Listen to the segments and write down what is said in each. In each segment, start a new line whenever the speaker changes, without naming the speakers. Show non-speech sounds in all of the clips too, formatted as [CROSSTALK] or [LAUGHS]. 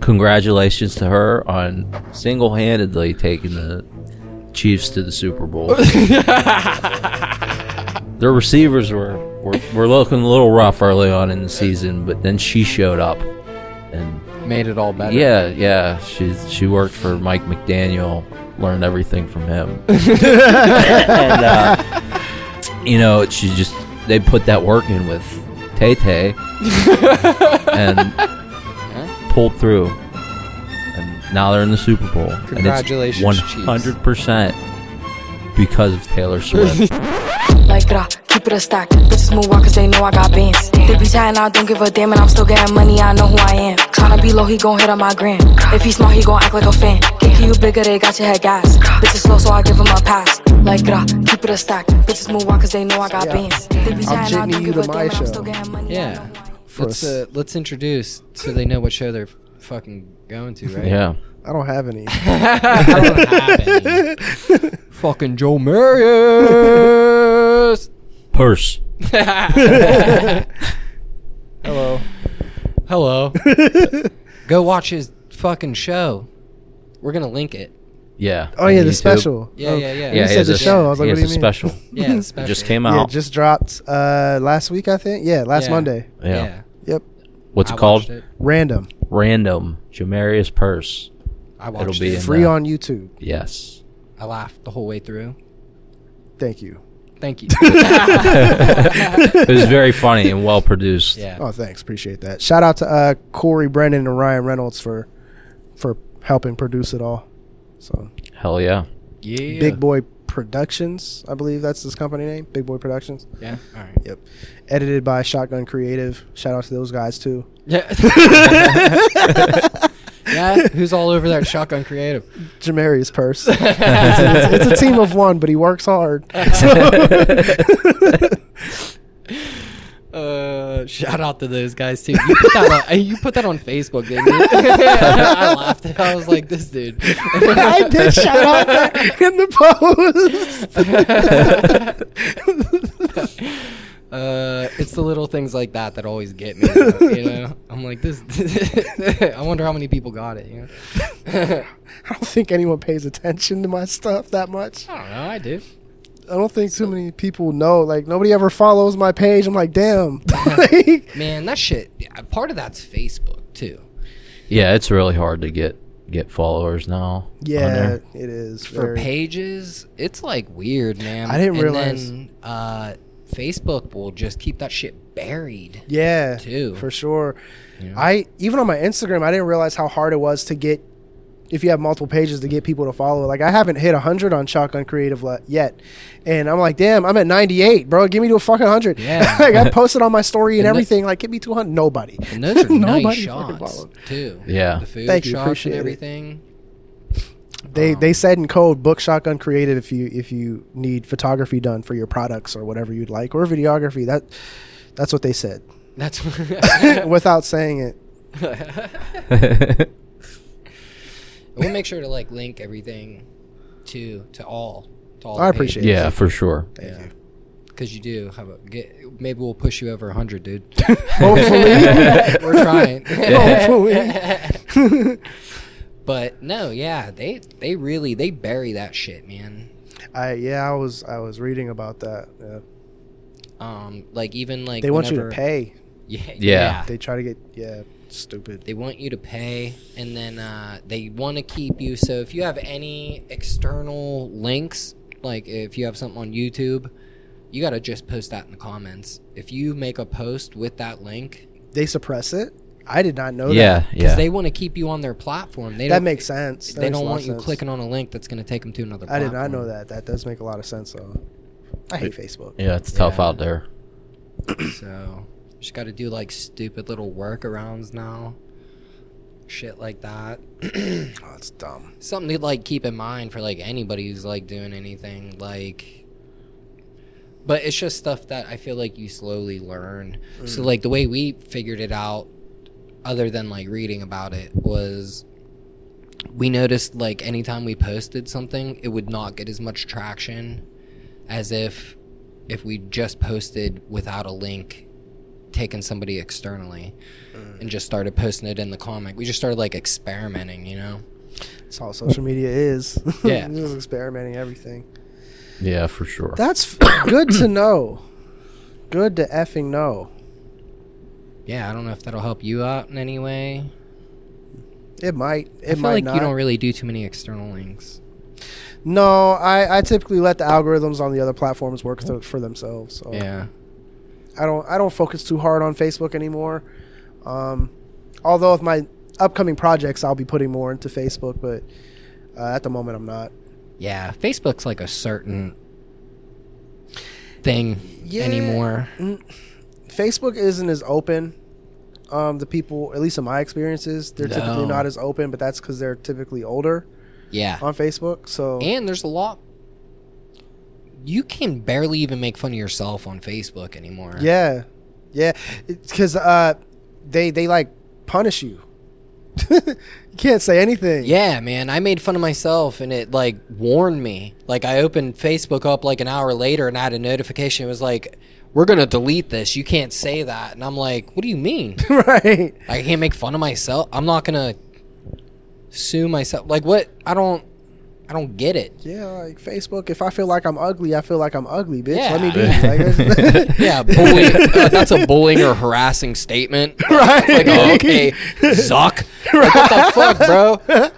congratulations to her on single-handedly taking the Chiefs to the Super Bowl. Their receivers were, were were looking a little rough early on in the season, but then she showed up, and
Made it all better.
yeah, yeah, she she worked for Mike McDaniel, learned everything from
[LAUGHS]
him, and uh, you know she just they put that work in with Tay Tay,
[LAUGHS]
and pulled through, and now they're in the Super Bowl.
Congratulations,
one
Chiefs.
hundred percent because of
[LAUGHS]
Taylor Swift.
Like grah, keep it a stack. Bitches move walk cause they know I got bands. They be chatting, I don't give a damn, and I'm still getting money, I know who I am. Tryna be low, he gon' hit on my gram. If he smart, he gon' act like a fan. Think you bigger, they got your head gas. Bitches slow, so I give him a pass. Like grah, keep it a stack. Bitches move walk cause they know I got
Yeah.
bands. They be
I'm
chatting, I
jitneying
don't
you
give a
to
damn,
my
and I'm
show.
still getting money. I know
Yeah.
who I am.
Let's
us.
uh, let's introduce so they know what show they're fucking going to, right? [LAUGHS]
yeah,
I don't
[LAUGHS]
have any. [LAUGHS]
Fucking
[LAUGHS]
Joe Marius.
purse.
Hello.
Hello. Go watch his fucking show. We're gonna link it.
Yeah.
[LAUGHS] Oh
on
yeah, the
YouTube.
special.
Yeah,
Oh,
yeah, yeah.
Yeah,
You
he
said
has
the
a-
show. I was like,
he
what
has
do
a
you mean?
special.
Yeah, it's
It
special.
just came
Yeah,
out.
it just dropped uh, last week, I think. Yeah, last
Yeah.
Monday.
Yeah.
Yep.
What's
I
it called?
watched it.
Random.
Random Jamarius Purse.
I watched
be
it.
in-
Free
uh,
on YouTube.
Yes.
I laughed the whole way through.
Thank you.
[LAUGHS]
Thank you. [LAUGHS]
It was very funny and well produced.
yeah.
Oh, thanks. Appreciate that. Shout out to uh, Corey Brennan and Ryan Reynolds for for helping produce it all. So
Hell yeah.
yeah.
Big Boy Productions, I believe that's his company name. Big Boy Productions.
Yeah. All right.
Yep. Edited by Shotgun Creative. Shout out to those guys too.
Yeah. [LAUGHS]
[LAUGHS]
yeah. Who's all over that shotgun creative?
Jamarius Purse. [LAUGHS] it's, a, it's a team of one, but he works hard. [LAUGHS]
[LAUGHS] Uh, shout out to those guys too. You put that on, [LAUGHS] uh, you put that on Facebook, didn't you? [LAUGHS] I laughed. I was like, this dude. [LAUGHS]
I did shout out that in the post.
Uh, it's the little things like that that always get me. You know, I'm like this. [LAUGHS] I wonder how many people got it. You know,
I don't think anyone pays attention to my stuff that much.
I don't know. I do.
I don't think too many people know. Like nobody ever follows my page. I'm like, damn. [LAUGHS] Like,
Man, that shit. yeah, Part of that's Facebook too.
Yeah, it's really hard to get get followers now. on
yeah,
there.
it is
for
very-
pages, it's like weird, man.
I didn't
and
realize-
Then, uh, Facebook will just keep that shit buried.
Yeah,
too.
for sure.
Yeah.
I even on my Instagram, I didn't realize how hard it was to get if you have multiple pages to get people to follow. Like I haven't hit hundred on Shotgun Creative le- yet, and I'm like, damn, I'm at ninety eight, bro. Give me to a fucking hundred.
Yeah.
[LAUGHS]
[LAUGHS]
like I posted on my story and,
And the-
everything. like, get me two hundred. Nobody.
And those
[LAUGHS]
are nice
Nobody fucking
shots
followed.
too.
Yeah.
the food
Thank you,
shots
appreciate
and
it.
everything.
They they said in code book Shotgun Creative if you if you need photography done for your products or whatever you'd like or videography. That that's what
[LAUGHS]
they said [LAUGHS]
That's
without saying
[LAUGHS]
it.
we'll make sure to like link everything to to all. To all
I appreciate it.
yeah, for sure.
Thank you.
because you do have a get. Maybe we'll push you over hundred, dude.
[LAUGHS] Hopefully,
[LAUGHS] We're
[LAUGHS]
trying.
hopefully.
[LAUGHS] But no, yeah, they they really they bury that shit, man.
I yeah, I was I was reading about that. Yeah.
Um, like even like
They want you to
whenever-
pay.
[LAUGHS] Yeah, yeah.
[LAUGHS] They try to get yeah, stupid.
They want you to pay, and then uh, they want to keep you. So if you have any external links, like if you have something on YouTube, you gotta just post that in the comments. If you make a post with that link,
They suppress it. I did not know
Yeah,
Oh, that.
because
yeah.
they want to keep you on their platform. They
That
don't,
makes sense. That
they
makes a
don't
lot
want
of
you
sense.
clicking on a link that's gonna take them to another.
I did
platform.
not know that. That does make a lot of sense though. I hate Facebook.
yeah, it's tough
Yeah.
out there.
So just got to do like stupid little workarounds now, shit like that.
Oh, it's dumb.
Something to like keep in mind for like anybody who's like doing anything like. But it's just stuff that I feel like you slowly learn.
Mm.
So like the way we figured it out, other than like reading about it, was we noticed like anytime we posted something, it would not get as much traction as if if we just posted without a link taken somebody externally and just started posting it in the comic. We just started like experimenting, you know?
That's all social media is. [LAUGHS]
Yeah.
just experimenting everything.
Yeah, for sure.
That's f- good to know. Good to effing know.
Yeah, I don't know if that'll help you out in any way.
It might. It
I feel
might
like
not.
you don't really do too many external links.
no, I, I typically let the algorithms on the other platforms work th- for themselves. So
Yeah.
I don't I don't focus too hard on Facebook anymore. Um, although with my upcoming projects, I'll be putting more into Facebook, but uh, at the moment, I'm not.
Yeah. Facebook's like a certain thing
Yeah.
anymore.
Facebook isn't as open. Um, the people, at least in my experiences, they're typically
No.
not as open, but that's because they're typically older
Yeah.
on Facebook. So
And there's a lot. You can barely even make fun of yourself on Facebook anymore.
yeah, yeah, because uh, they they like punish you. [LAUGHS] you can't say anything.
Yeah, man. I made fun of myself and it like warned me. Like I opened Facebook up like an hour later and I had a notification. It was like, we're going to delete this. You can't say that. And I'm like, what do you mean?
[LAUGHS] right.
I can't make fun of myself. I'm not going to sue myself. Like what? I don't, I don't get
[LAUGHS]
it.
Yeah, like Facebook. If I feel like I'm ugly, I feel like I'm ugly, bitch.
Yeah.
Let me
[LAUGHS]
do it. Like, it's- [LAUGHS]
Yeah, bullying. uh, that's a bullying or harassing statement.
[LAUGHS] right.
Like, oh,
[LAUGHS]
okay, Zuck. Like, what the fuck, bro?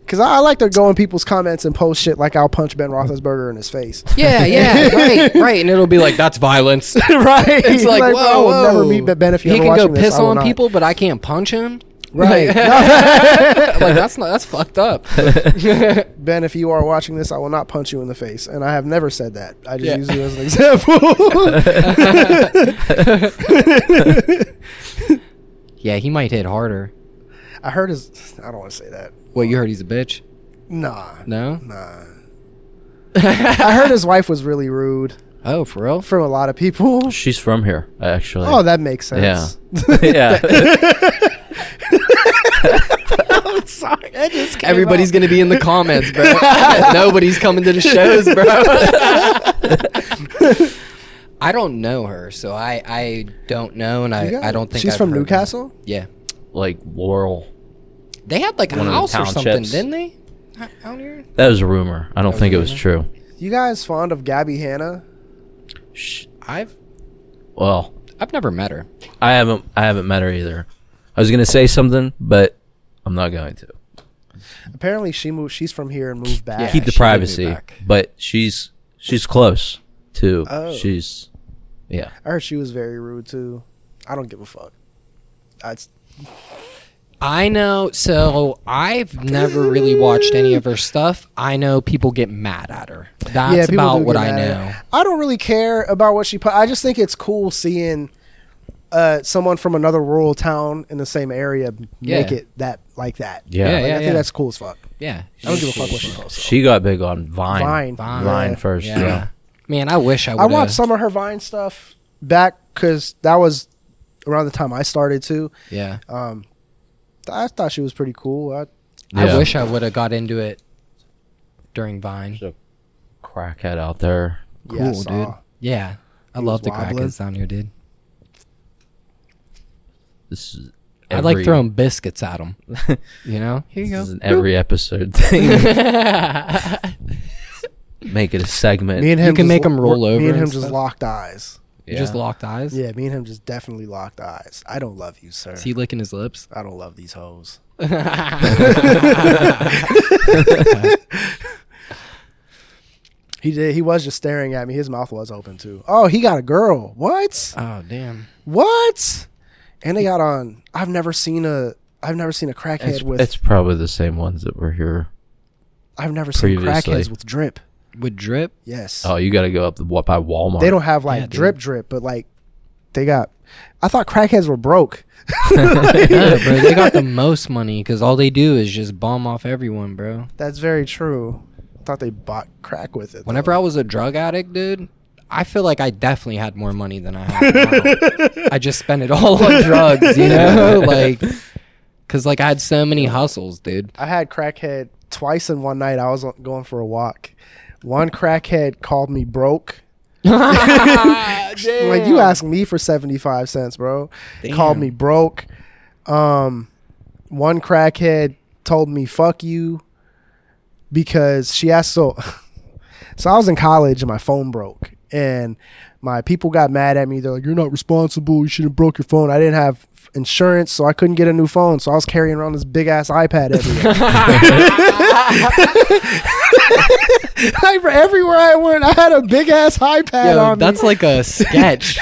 Because I, I like to go in people's comments and post shit like I'll punch Ben Roethlisberger in his face.
Yeah, yeah, right, right. And it'll be like, that's violence.
[LAUGHS] right.
It's like,
bro,
whoa,
I will
whoa.
never meet Ben- Ben if you
He
ever
can go
watching this,
piss
I will
on
not.
people, but I can't punch him.
Right. [LAUGHS]
Like, [LAUGHS] like, that's not that's fucked up.
Ben, if you are watching this, I will not punch you in the face. And I have never said that. I just
Yeah.
use you as an example.
[LAUGHS] yeah, he might hit harder.
I heard his. I don't want to say that.
What you heard? He's a bitch.
Nah.
No.
Nah. I heard his wife was really rude
Oh, for real?
from a lot of
[LAUGHS]
people.
She's from here, actually.
Oh, that makes sense.
[LAUGHS] yeah.
I'm sorry. I just came
Everybody's
out.
gonna be in the comments, [LAUGHS] bro. Nobody's coming to the shows, bro. [LAUGHS] I don't know her, so I I don't know, and
You got
I I don't
it.
think
she's
I've
from
heard of her.
Newcastle.
Yeah,
like Laurel.
they had like a
One of the
house or something,
townships.
didn't they? Out- Out here.
That was a rumor. I don't think it was true.
You guys fond of Gabby Hanna?
Sh
I've
well,
I've never met her.
I haven't. I haven't met her either. I was gonna say something, but I'm not going to.
Apparently, she moved. She's from here and moved back.
Keep the
she would be
privacy,
back.
but she's she's close to.
Oh.
She's yeah.
I heard she was very rude too. I don't give a fuck. That's
I know. So I've never really watched any of her stuff. I know people get mad at her. That's
yeah, people
about
do
what
get
I
mad at
know.
her. I don't really care about what she put. I just think it's cool seeing uh, someone from another rural town in the same area make
Yeah.
it that like that.
Yeah.
Like,
Yeah,
I think
yeah.
that's cool as fuck.
Yeah,
I don't give a fuck what she posts.
She got big on Vine.
Vine,
Vine.
Vine
Yeah.
first.
Yeah.
Yeah.
Man, I wish I would.
I watched some of her Vine stuff back because that was around the time I started too.
Yeah.
Um, I thought she was pretty cool. I,
Yeah.
I wish I would have got into it during Vine.
Crackhead out there.
cool,
dude. Yeah. I
He
love
was
the
wobbling.
crackheads down here, dude.
This is.
I like
every-
throwing biscuits at [LAUGHS] them. You know? Here you
This is an
go.
every episode [LAUGHS]
[LAUGHS]
thing.
you
Make it a segment.
Me and him
can
just
make
lo-
them roll over.
Me and him
and
just
stuff.
locked eyes.
Yeah.
Just locked eyes.
Yeah, me and him just definitely locked eyes. I don't love you, sir.
Is he licking his lips?
I don't love these hoes. [LAUGHS] He did. He was just staring at me. His mouth was open too. Oh, he got a girl. What?
Oh damn!
What? And they got on. I've never seen a. I've never seen a crackhead
it's,
with.
it's probably the same ones that were here.
I've never seen
previously.
crackheads with drip.
With
[LAUGHS]
drip?
Yes.
Oh, you got to go up the, what, by Walmart.
They don't have like
Yeah, dude.
drip drip, but like they got. I thought crackheads were broke.
Yeah, bro. They got the most money because all they do is just bomb off everyone, bro.
That's very true. I thought they bought crack with it.
Whenever I was a drug addict, dude, I feel like I definitely had more money than I
[LAUGHS]
have now. I just spent it all on drugs, you
[LAUGHS]
know? Like, because, like, I had so many hustles, dude.
I had crackhead twice in one night. I was on- going for a walk. One crackhead called me broke I'm Like you asked me for 75 cents, bro. Called me broke. Um one crackhead told me fuck you because she asked so [LAUGHS] so I was in college and my phone broke and my people got mad at me. They're like, "You're not responsible. You should have broke your phone." I didn't have insurance, so I couldn't get a new phone. So I was carrying around this big ass iPad everywhere. [LAUGHS] I, everywhere I went, I had a big ass iPad
Yo,
on me.
that's like a
[LAUGHS]
sketch.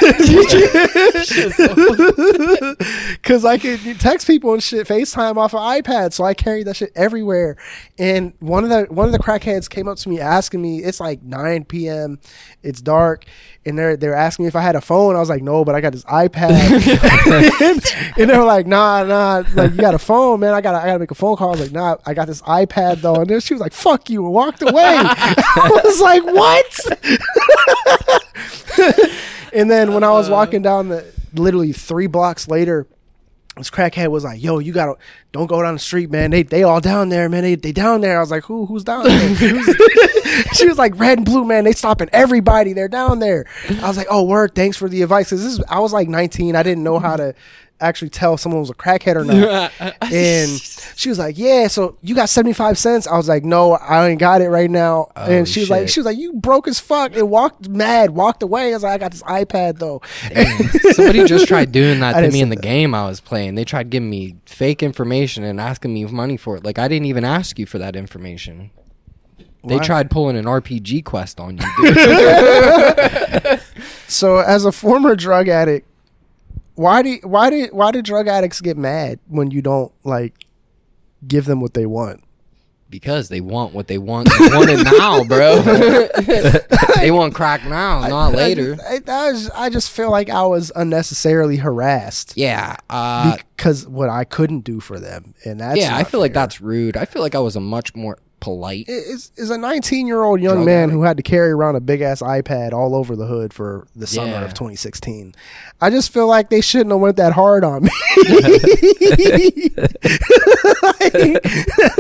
[LAUGHS]
[LAUGHS] Cause I could text people and shit, FaceTime off of iPad, so I carried that shit everywhere. And one of the one of the crackheads came up to me asking me, it's like 9 p.m., it's dark, and they're they're asking me if I had a phone. I was like, no, but I got this iPad. and they were like, nah, nah, like you got a phone, man. I got to I gotta make a phone call. I was like, nah, I got this iPad though. And then she was like, fuck you, and walked away. [LAUGHS] I was like, what? and then when I was walking down the literally three blocks later, this crackhead was like, "Yo, you gotta don't go down the street, man. They they all down there, man. They they down there." I was like, "Who who's down there?" [LAUGHS] she was like, "Red and blue, man. They stopping everybody. They're down there." I was like, "Oh, word. Thanks for the advice." 'Cause this is, I was like 19. I didn't know how to actually tell someone was a crackhead
[LAUGHS]
or not. and she was like, "Yeah, so you got 75 cents?" I was like, "No, I ain't got it right now." and she was like,
shit.
"She was like, you broke as fuck." And walked mad, walked away. I was like, "I got this iPad though."
Somebody just tried doing that
[LAUGHS] I
to
didn't
me
say
in the
that.
game I was playing. They tried giving me fake information and asking me money for it. Like I didn't even ask you for that information. They
Why?
tried pulling an RPG quest on you. Dude.
[LAUGHS] So, as a former drug addict, why do why do why do drug addicts get mad when you don't like give them what they want?
because they want what they want. They want it now, bro.
[LAUGHS]
they want crack now, not later.
I, I, was- I just feel like I was unnecessarily harassed
Yeah. Uh,
because what I couldn't do for them, and that's
yeah, I
not
feel like
fair.
that's rude. I feel like I was a much more polite.
I- Is, is a 19 year old young
Drug
man who had to carry around a big ass iPad all over the hood for the summer
Yeah.
of 2016. I just feel like they shouldn't have went that hard on me. [LAUGHS]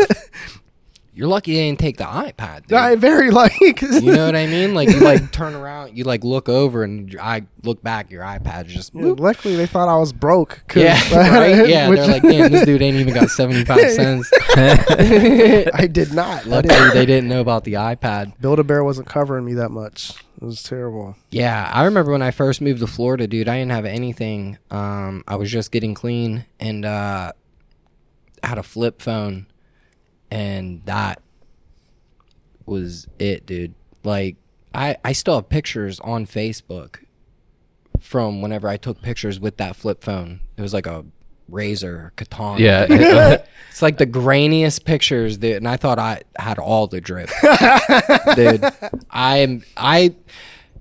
You're lucky they didn't take the iPad. Dude.
I very like [LAUGHS]
You know what I mean? Like you like turn around, you like look over, and your- I look back. Your iPad's just
[LAUGHS] Yeah,
boop.
Luckily, they thought I was broke. 'cause [LAUGHS]
yeah, right? yeah.
which-
They're like, damn, this dude ain't even got seventy five cents.
[LAUGHS] I did not. I
Luckily,
didn't.
they didn't know about the iPad.
Build a Bear wasn't covering me that much. It was terrible.
Yeah, I remember when I first moved to Florida, dude. I didn't have anything. Um, I was just getting clean and uh, had a flip phone, and that was it, dude. Like I, I still have pictures on Facebook from whenever I took pictures with that flip phone. It was like a razor Catan.
Yeah.
[LAUGHS]
[LAUGHS]
It's like the grainiest pictures, dude. And I thought I had all the drip, dude. I am I.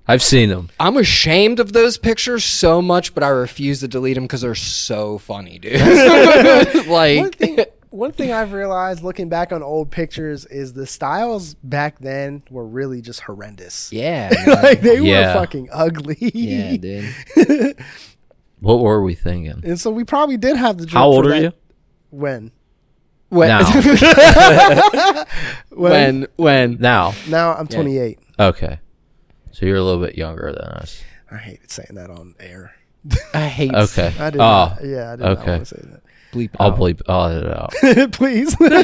I've seen them.
I'm ashamed of those pictures so much, but I refuse to delete them because they're so funny, dude. [LAUGHS] like,
One thing, [LAUGHS] one thing I've realized looking back on old pictures is the styles back then were really just horrendous. [LAUGHS]
yeah,
like they
Yeah.
were fucking ugly.
yeah, dude.
What were we thinking?
[LAUGHS] And so we probably did have the. drip
How
for
old are
that-
you?
When?
When,
Now.
[LAUGHS]
when, when?
Now.
Now I'm 28.
Okay. So you're a little bit younger than us.
I hated saying that on air.
I hate.
Okay.
I did.
oh,
not- yeah, I did not
okay.
want to say
Bleep
I'll
out.
bleep all it
[LAUGHS]
out.
that. [LAUGHS] Please. I,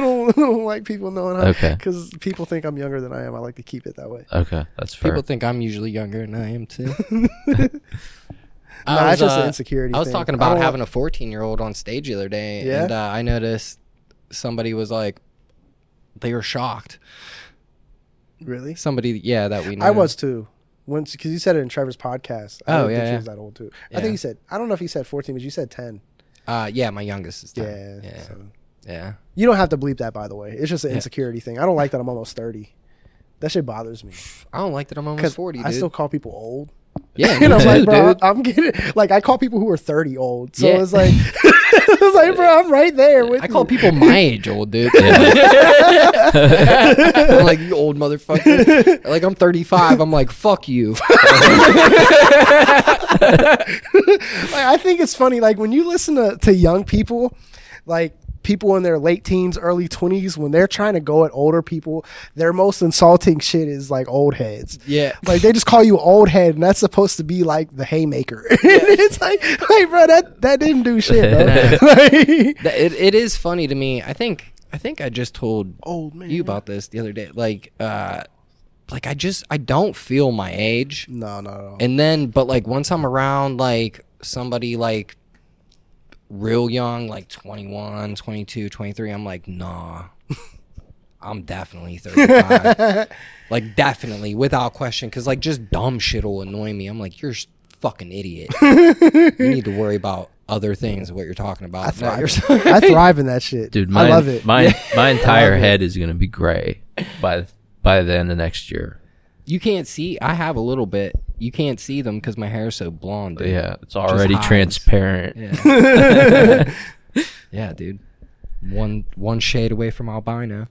don't, I don't like people knowing. How,
Okay.
Because people think I'm younger than I am. I like to keep it that way.
Okay, that's fair.
People think I'm usually younger, and I am
[LAUGHS]
too.
Nah,
I
it's just an
uh,
insecurity
I was
thing.
talking
I
about
don't
having a 14 year old on stage the other day,
Yeah?
and uh, I noticed somebody was like, they were shocked.
Really?
Somebody, yeah, that we. Know.
I was too. Once because you said it in Trevor's podcast. I
Oh, yeah,
didn't think he
yeah.
was that old too. I
Yeah.
think he said. I don't know if he said fourteen, but you said ten.
Uh, yeah, my youngest is 10.
Yeah.
yeah,
so.
yeah.
You don't have to bleep that, by the way. It's just an insecurity thing. I don't like that I'm almost thirty. That shit bothers me
I don't like that I'm almost
because
40, dude.
I still call people old.
yeah, [LAUGHS]
[LAUGHS] And I'm
me
like,
too,
bro,
dude.
I'm getting like I call people who are thirty old. So
Yeah.
it's like, [LAUGHS] it's like, bro, I'm right there with.
I call
you.
people my age old, [LAUGHS] dude. I'm like, you old motherfucker. Like, I'm 35. I'm like, fuck you. [LAUGHS]
Like, I think it's funny. Like when you listen to, to young people, like people in their late teens, early 20s, when they're trying to go at older people, their most insulting shit is like old heads.
Yeah.
Like they just call you old head, and that's supposed to be like the haymaker. [LAUGHS] it's like, hey, bro, that, that didn't do shit,
[LAUGHS]
bro. Like-
Th- it, it is funny to me. I think I think I just told
Old Oh, man.
you about this the other day. Like uh like I just I don't feel my age.
no, no, no.
And then but like once I'm around like somebody like real young like 21, 22, 23, I'm like, "Nah. I'm definitely 35." like definitely without question cuz like just dumb shit will annoy me. I'm like, "You're s- fucking idiot. you need to worry about other things what you're talking about." not
[LAUGHS]
yourself."
I thrive in that shit.
Dude, my,
I love it. [LAUGHS]
my my entire head is gonna be gray by by the end of next year.
You can't see. I have a little bit. You can't see them because my hair is so blonde. Dude.
Yeah, it's already
hides.
transparent.
Yeah. yeah, dude. One one shade away from albino,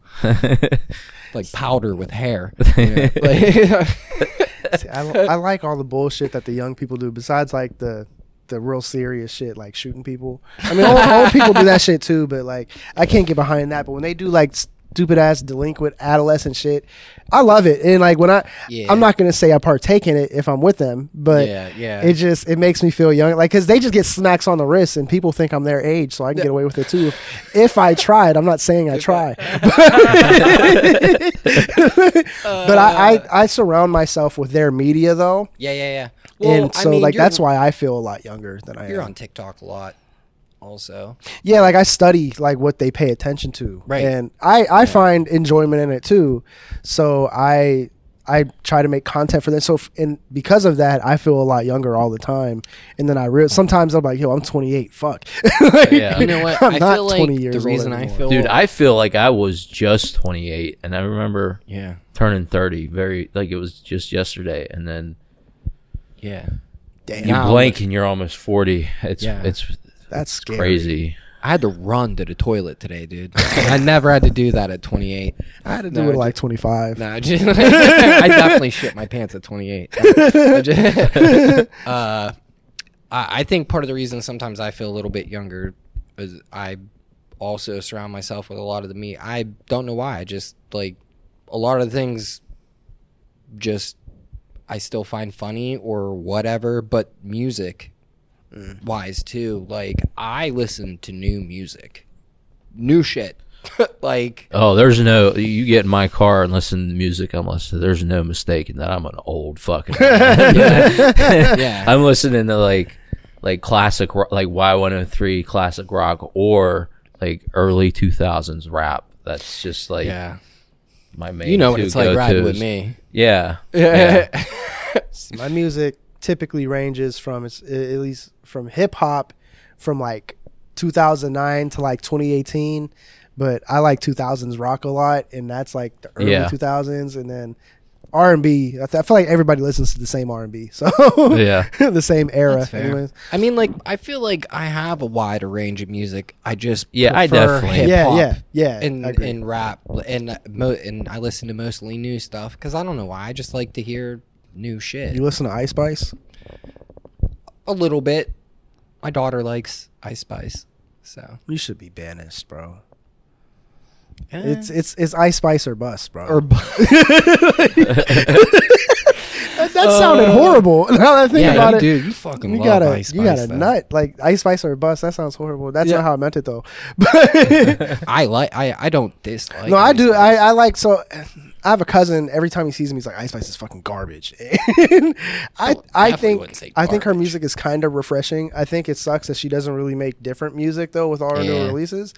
like powder with
[LAUGHS]
hair. you know? [LAUGHS] Like-
I, I like all the bullshit that the young people do. Besides, like the the real serious shit, like shooting people. I mean, old, old people do that shit too, but like I can't get behind that. But when they do like stupid ass delinquent adolescent shit, I love it. And like when I,
Yeah.
I'm not gonna say I partake in it if I'm with them, but
Yeah, yeah.
it just it makes me feel young. Like because they just get smacks on the wrist, and people think I'm their age, so I can get away with it
[LAUGHS]
too. If, if I tried, I'm not saying I try. [LAUGHS] but I,
Uh.
I I surround myself with their media though,
yeah, yeah, yeah.
and so like that's why I feel a lot younger than I
you're
am.
on TikTok a lot. Also,
Yeah, like I study like what they pay attention to,
Right.
And I I find enjoyment in it too, so I. I try to make content for them. So, f- and because of that, I feel a lot younger all the time. And then I real sometimes I'm like, yo, I'm 28. Fuck. [LAUGHS]
[LAUGHS]
Like,
Yeah.
you know what?
I'm
I
not
feel like
20 years
the
old
reason I
anymore.
[LAUGHS]
feel,
Dude, I feel like I was just 28, and I remember
yeah,
turning 30 very like it was just yesterday, and then
yeah.
Damn.
you
Now-
blink and you're almost 40. It's
Yeah.
it's
That's scary.
crazy.
I had to run to the toilet today, dude. I never had to do that at 28.
I had to do
No,
it at,
I
like 25.
No, I, just, [LAUGHS] I definitely shit my pants at 28. I just- uh, I I think part of the reason sometimes I feel a little bit younger is I also surround myself with a lot of the me. I don't know why. I just like a lot of the things just I still find funny or whatever, but music wise too. Like I listen to new music, new shit. [LAUGHS] like
Oh, there's no. You get in my car and listen to music. I'm listening. There's no mistaking that I'm an old fucking.
[LAUGHS] yeah.
[LAUGHS] I'm listening to like, like classic, ro- like Y103 classic rock or like early 2000s rap. That's just like
yeah.
my main.
You know what
two
it's like riding with
go-tos.
me. [LAUGHS]
Yeah.
[LAUGHS] My music typically ranges from it's at least from hip hop from like 2009 to like 2018, but I like 2000s rock a lot, and that's like the early
Yeah.
2000s, and then R and B. I th- I feel like everybody listens to the same R and B, [LAUGHS] so
Yeah.
the same era.
That's fair.
Anyways.
I mean, like, I feel like I have a wider range of music. I just
Yeah, I
prefer
definitely-
hip
Yeah,
hop
yeah, yeah.
and
I agree.
and rap and uh, mo- and I listen to mostly new stuff because I don't know why. I just like to hear new shit
you listen to Ice Spice?
a little bit. My daughter likes Ice Spice, so
You should be banished, bro.
eh.
It's it's it's Ice Spice or bust, bro.
[LAUGHS] or
that, that soundted horrible. [LAUGHS] Now that I think
yeah,
about
you
it,
dude, you fucking
Uh, You
love
got a
Ice Spice.
you got a
though.
nut like ice spice or a bus. That sounds horrible. That's
Yeah.
not how I meant it though. [LAUGHS]
[LAUGHS]
But
I like. I I don't dislike.
no, I
Ice
do.
Spice.
I, I like so. I have a cousin. Every time he sees me, he's like, "Ice Spice is fucking garbage." [LAUGHS] And I I
definitely
think
wouldn't say
I think her
garbage.
music is kind of refreshing. I think it sucks that she doesn't really make different music though with all her
Yeah.
new releases.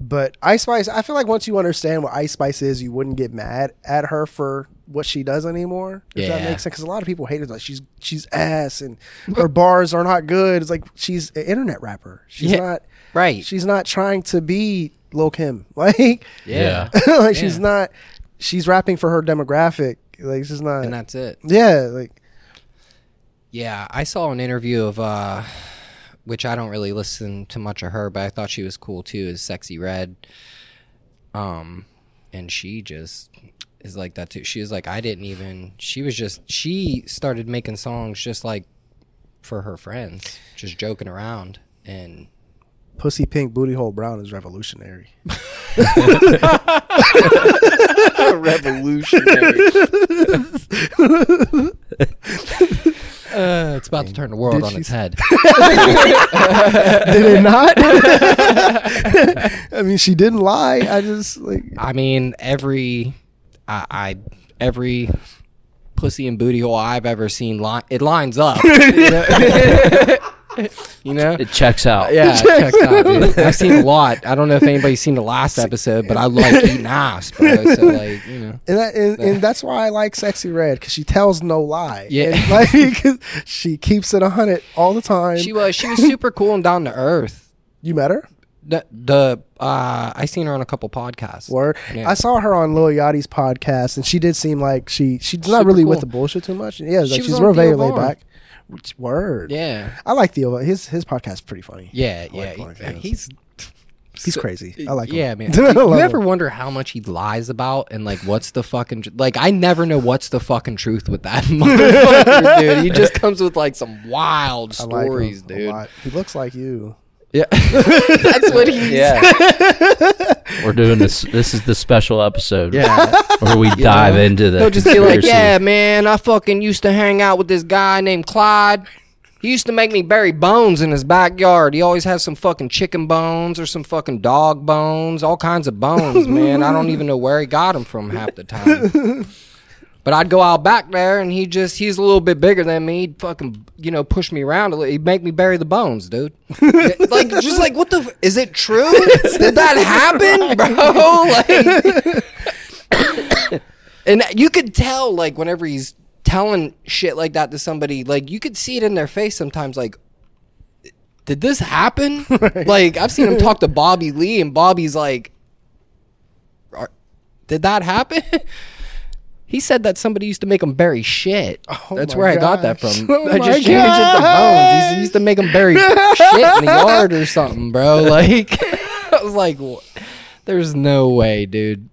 But Ice Spice, I feel like once you understand what Ice Spice is, you wouldn't get mad at her for what she does anymore. If that
Yeah.
makes sense, because a lot of people hate her. Like she's she's ass, and her [LAUGHS] bars are not good. It's like she's an internet rapper. She's
Yeah.
not
right.
she's not trying to be Lil Kim. [LAUGHS] Like,
Yeah.
[LAUGHS] like she's not. She's rapping for her demographic. Like she's not.
and that's it.
yeah, like
Yeah, I saw an interview of uh which I don't really listen to much of her, but I thought she was cool too, is Sexy Red. Um and she just is like that too. She was like I didn't even she was just she started making songs just like for her friends, just joking around and
Pussy pink booty hole brown is revolutionary.
[LAUGHS]
Revolutionary.
Uh, it's about to turn the world
Did
on
she
its head.
Did
[LAUGHS]
it not? [LAUGHS] I mean, she didn't lie. I just like
I mean, every, I, I every pussy and booty hole I've ever seen, li- it lines up.
[LAUGHS]
you know? [LAUGHS] You know?
It checks out.
[LAUGHS]
Yeah, check out, dude. I've seen a lot. I don't know if anybody's seen the
[LAUGHS]
last episode, but I like eating ass, bro. So like, you know,
And, that, and, and that's why I like Sexy Red because she tells no lie.
Yeah.
And, like [LAUGHS] she keeps it a hundred all the time.
she was she was super cool and down to earth.
you met her?
The, the uh, I seen her on a couple podcasts.
Word.
Yeah.
I saw her on Lil Yachty's podcast, and she did seem like she she's not
Super
really with
cool.
the bullshit too much. Yeah, like
She was
she's
on
real
Theo
very laid
Vaughn.
back. Which- Word.
Yeah,
I like Theo. Vaughn. His his podcast is pretty funny.
yeah,
I
yeah.
like podcasts.
He- he's
he's crazy. I like him.
yeah, man.
[LAUGHS] I
you
love
ever
him.
wonder how much he lies about and like what's the fucking tr- like? I never know what's the fucking truth with that [LAUGHS] motherfucker, dude. He just comes with like some wild
I like him
stories,
a
dude.
lot. He looks like you.
Yeah, that's what he. Yeah,
We're doing this. This is the special episode
yeah.
where
[LAUGHS]
we dive into the.
They'll just be like,
conspiracy.
yeah, man, I fucking used to hang out with this guy named Clyde. He used to make me bury bones in his backyard. He always has some fucking chicken bones or some fucking dog bones, all kinds of bones, man. I don't even know where he got them from half the time. But I'd go out back there and he just, he's a little bit bigger than me. He'd fucking, you know, push me around a little. He'd make me bury the bones, dude. [LAUGHS] like, just like, what the, f- is it [LAUGHS] true? Did that happen, bro? [LAUGHS] Like, and you could tell, like, whenever he's telling shit like that to somebody, like, you could see it in their face sometimes, like, did this
[LAUGHS]
happen? Like, I've seen him talk to Bobby Lee, and Bobby's like, "Are- did that happen? [LAUGHS] He said that somebody used to make him bury shit. That's
Oh my
where I got that
gosh.
from.
[LAUGHS] Oh
I
my
just changed it to bones. He's- He used to make him
[LAUGHS]
bury shit in the yard or something, bro. Like, [LAUGHS] I was like, "Wha- there's no way, dude.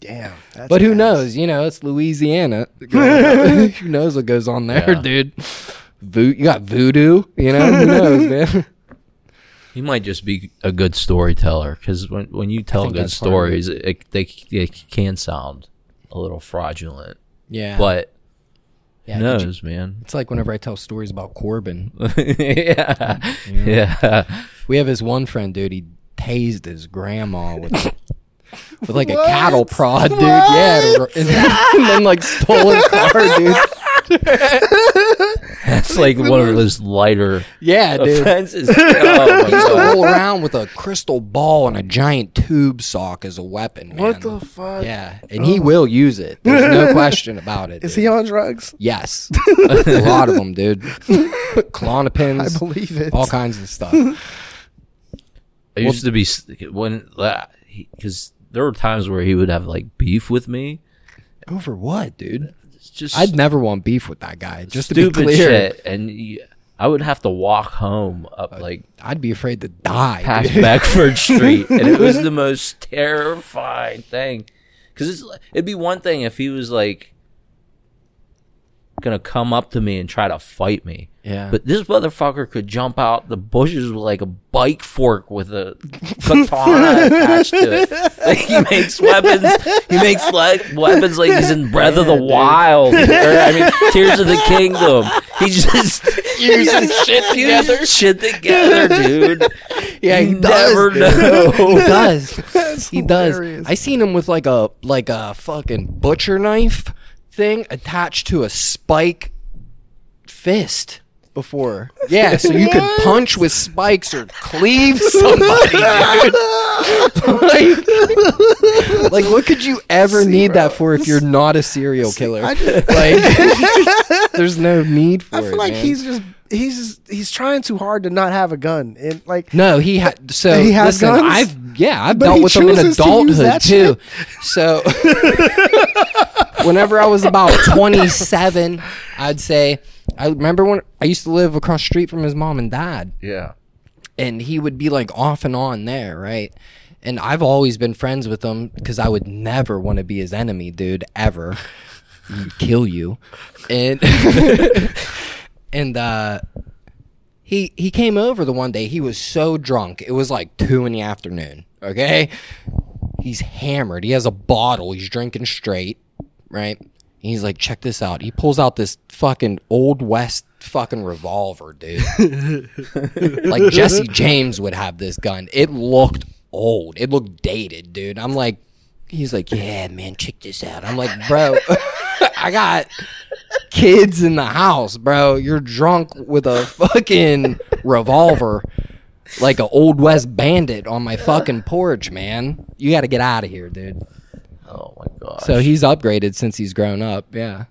Damn. that's
But who
badass.
knows? You know, it's Louisiana. [LAUGHS] who knows what goes on there,
Yeah.
dude? Vo- you got voodoo. You know, who
[LAUGHS]
knows, man?
He might just be a good storyteller because when, when you tell
think
good
that's part of it.
stories, it, it, they they can sound a little fraudulent.
Yeah,
But
yeah,
who
did you-
knows, man? [LAUGHS]
It's like whenever I tell stories about Corbin.
yeah, yeah. [LAUGHS]
We have this one friend, dude. He tased his grandma with, with like a cattle prod, dude. Yeah, and- and,
[LAUGHS]
then like stole his car, dude.
That's like one of those lighter
Yeah, dude. [LAUGHS]
offenses. Oh my
He used to
God.
roll around with a crystal ball and a giant tube sock as a weapon.
What
man.
the fuck? Oh.
Yeah, and he will use it. There's
[LAUGHS]
no question about it.
Is
dude.
he on drugs?
Yes, a lot of them, dude.
I
Klonopins,
believe it.
all kinds of stuff.
I used to be s- when because there were times where he would have like beef with me.
Over what, dude?
It's just
I'd never want beef with that guy. Just
stupid
to be clear,
shit, and you, I would have to walk home up like
I'd be afraid to die.
[LAUGHS]
[LAUGHS]
past
dude.
Beckford Street, and it [LAUGHS] was the most terrifying thing. Because it'd be one thing if he was like gonna come up to me and try to fight me,
Yeah,
but this motherfucker could jump out the bushes with like a bike fork with a katana attached to it. [LAUGHS] Like he makes weapons. He makes like weapons like he's in Breath of the [LAUGHS] Wild or I mean Tears of the Kingdom. He just [LAUGHS] uses shit together, shit together, dude.
yeah,
you
he
never
does, dude.
know.
[LAUGHS] He does.
That's
he does.
hilarious.
I seen him with like a like a fucking butcher knife thing attached to a spike fist
[LAUGHS]
before. Yeah, so you could punch with spikes or cleave somebody. dude. like, like, what could you ever
See,
need that
bro.
for if you're not a serial killer?
I just-
[LAUGHS]
[LAUGHS]
like, there's no need for
I
it.
feel like
man.
he's just he's just, he's trying too hard to not have a gun and like
No, he had. So
He has
listen,
guns?
I've yeah, I've
But
dealt
he
with them in
chooses to use
adulthood
that
too. So whenever I was
[LAUGHS]
about twenty-seven, I'd say I remember when I used to live across the street from his mom and dad
Yeah.
and he would be like off and on there, right? And I've always been friends with him because I would never want to be his enemy, dude, ever. [LAUGHS] He'd kill you. And and uh He he came over the one day. He was so drunk. It was like two in the afternoon. Okay, he's hammered. He has a bottle. He's drinking straight, right? And he's like, check this out. He pulls out this fucking old west fucking revolver, dude. like Jesse James would have this gun. It looked old. It looked dated, dude. I'm like, he's like, yeah, man, check this out. I'm like, bro, [LAUGHS] I got kids in the house, bro. You're drunk with a fucking revolver, like an old west bandit on my fucking porch, man. You got to get out of here, dude.
Oh my god.
So he's upgraded since he's grown up.
[LAUGHS]
Yeah.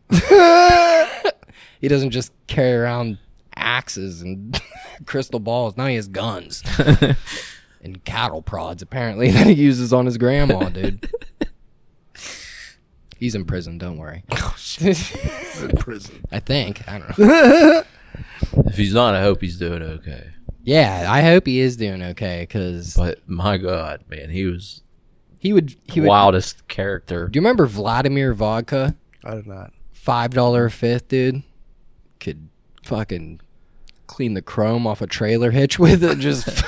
he doesn't just carry around axes and [LAUGHS] crystal balls. Now he has
[LAUGHS]
guns [LAUGHS] and cattle prods, apparently, [LAUGHS] that he uses on his
[LAUGHS]
grandma, dude. he's in prison, don't worry.
Oh, in prison.
[LAUGHS] I think. I don't know. [LAUGHS]
if he's not, I hope he's doing okay.
Yeah, I hope he is doing okay because
But my god, man, he was
he would. He would.
wildest
[LAUGHS]
character.
Do you remember Vladimir Vodka?
I did not.
five dollar a fifth, dude, could fucking clean the chrome off a trailer hitch with it.
[LAUGHS]
Just, [LAUGHS]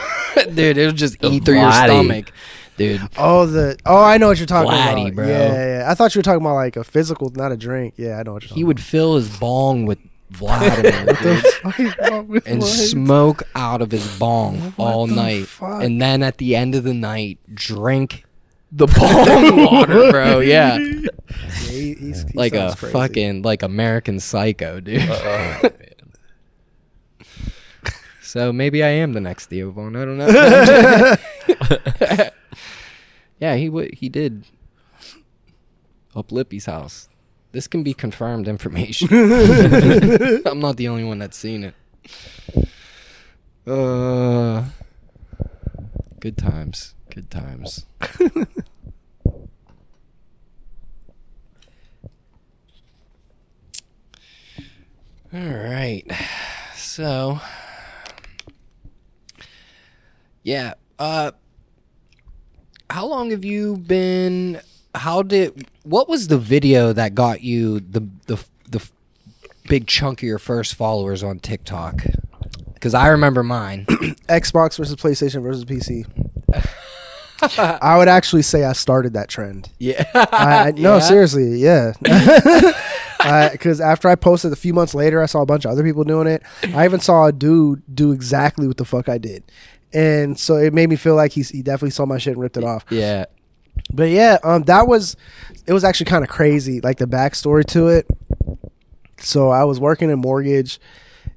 dude, it'll just eat through your
Vladdy.
stomach, dude.
Oh the oh I know what you're talking
Vladdy,
about.
bro.
Yeah, yeah, yeah. I thought you were talking about like a physical, not a drink. Yeah, I know what
He
you're talking
would fill his bong with
[LAUGHS]
Vladimir dude,
about. [LAUGHS] He
[LAUGHS]
would
and smoke out of his bong all
the
night,
fuck?
and then at the end of the night,
[LAUGHS]
drink the bong water, bro. Yeah,
he, he's, he
like a
sounds crazy.
fucking like American Psycho, dude. so maybe I am the next Theo Vaughn. I don't know. [LAUGHS] yeah, he w- he did up Lippy's house. This can be confirmed information. I'm not the only one that's seen it. Uh, good times. Good times. All right. So, yeah. Uh, how long have you been? How did? What was the video that got you the the the big chunk of your first followers on TikTok? Because I remember mine.
Xbox versus PlayStation versus
[LAUGHS]
PC. I would actually say I started that trend.
[COUGHS] [LAUGHS] yeah.
I, I, no,
[LAUGHS]
seriously, yeah. [LAUGHS] Because after I posted a few months later, I saw a bunch of other people doing it. I even saw a dude do exactly what the fuck I did, and so it made me feel like he's, he definitely saw my shit and ripped it off.
Yeah.
But yeah, um, that was it was actually kind of crazy, like the backstory to it. So I was working in mortgage,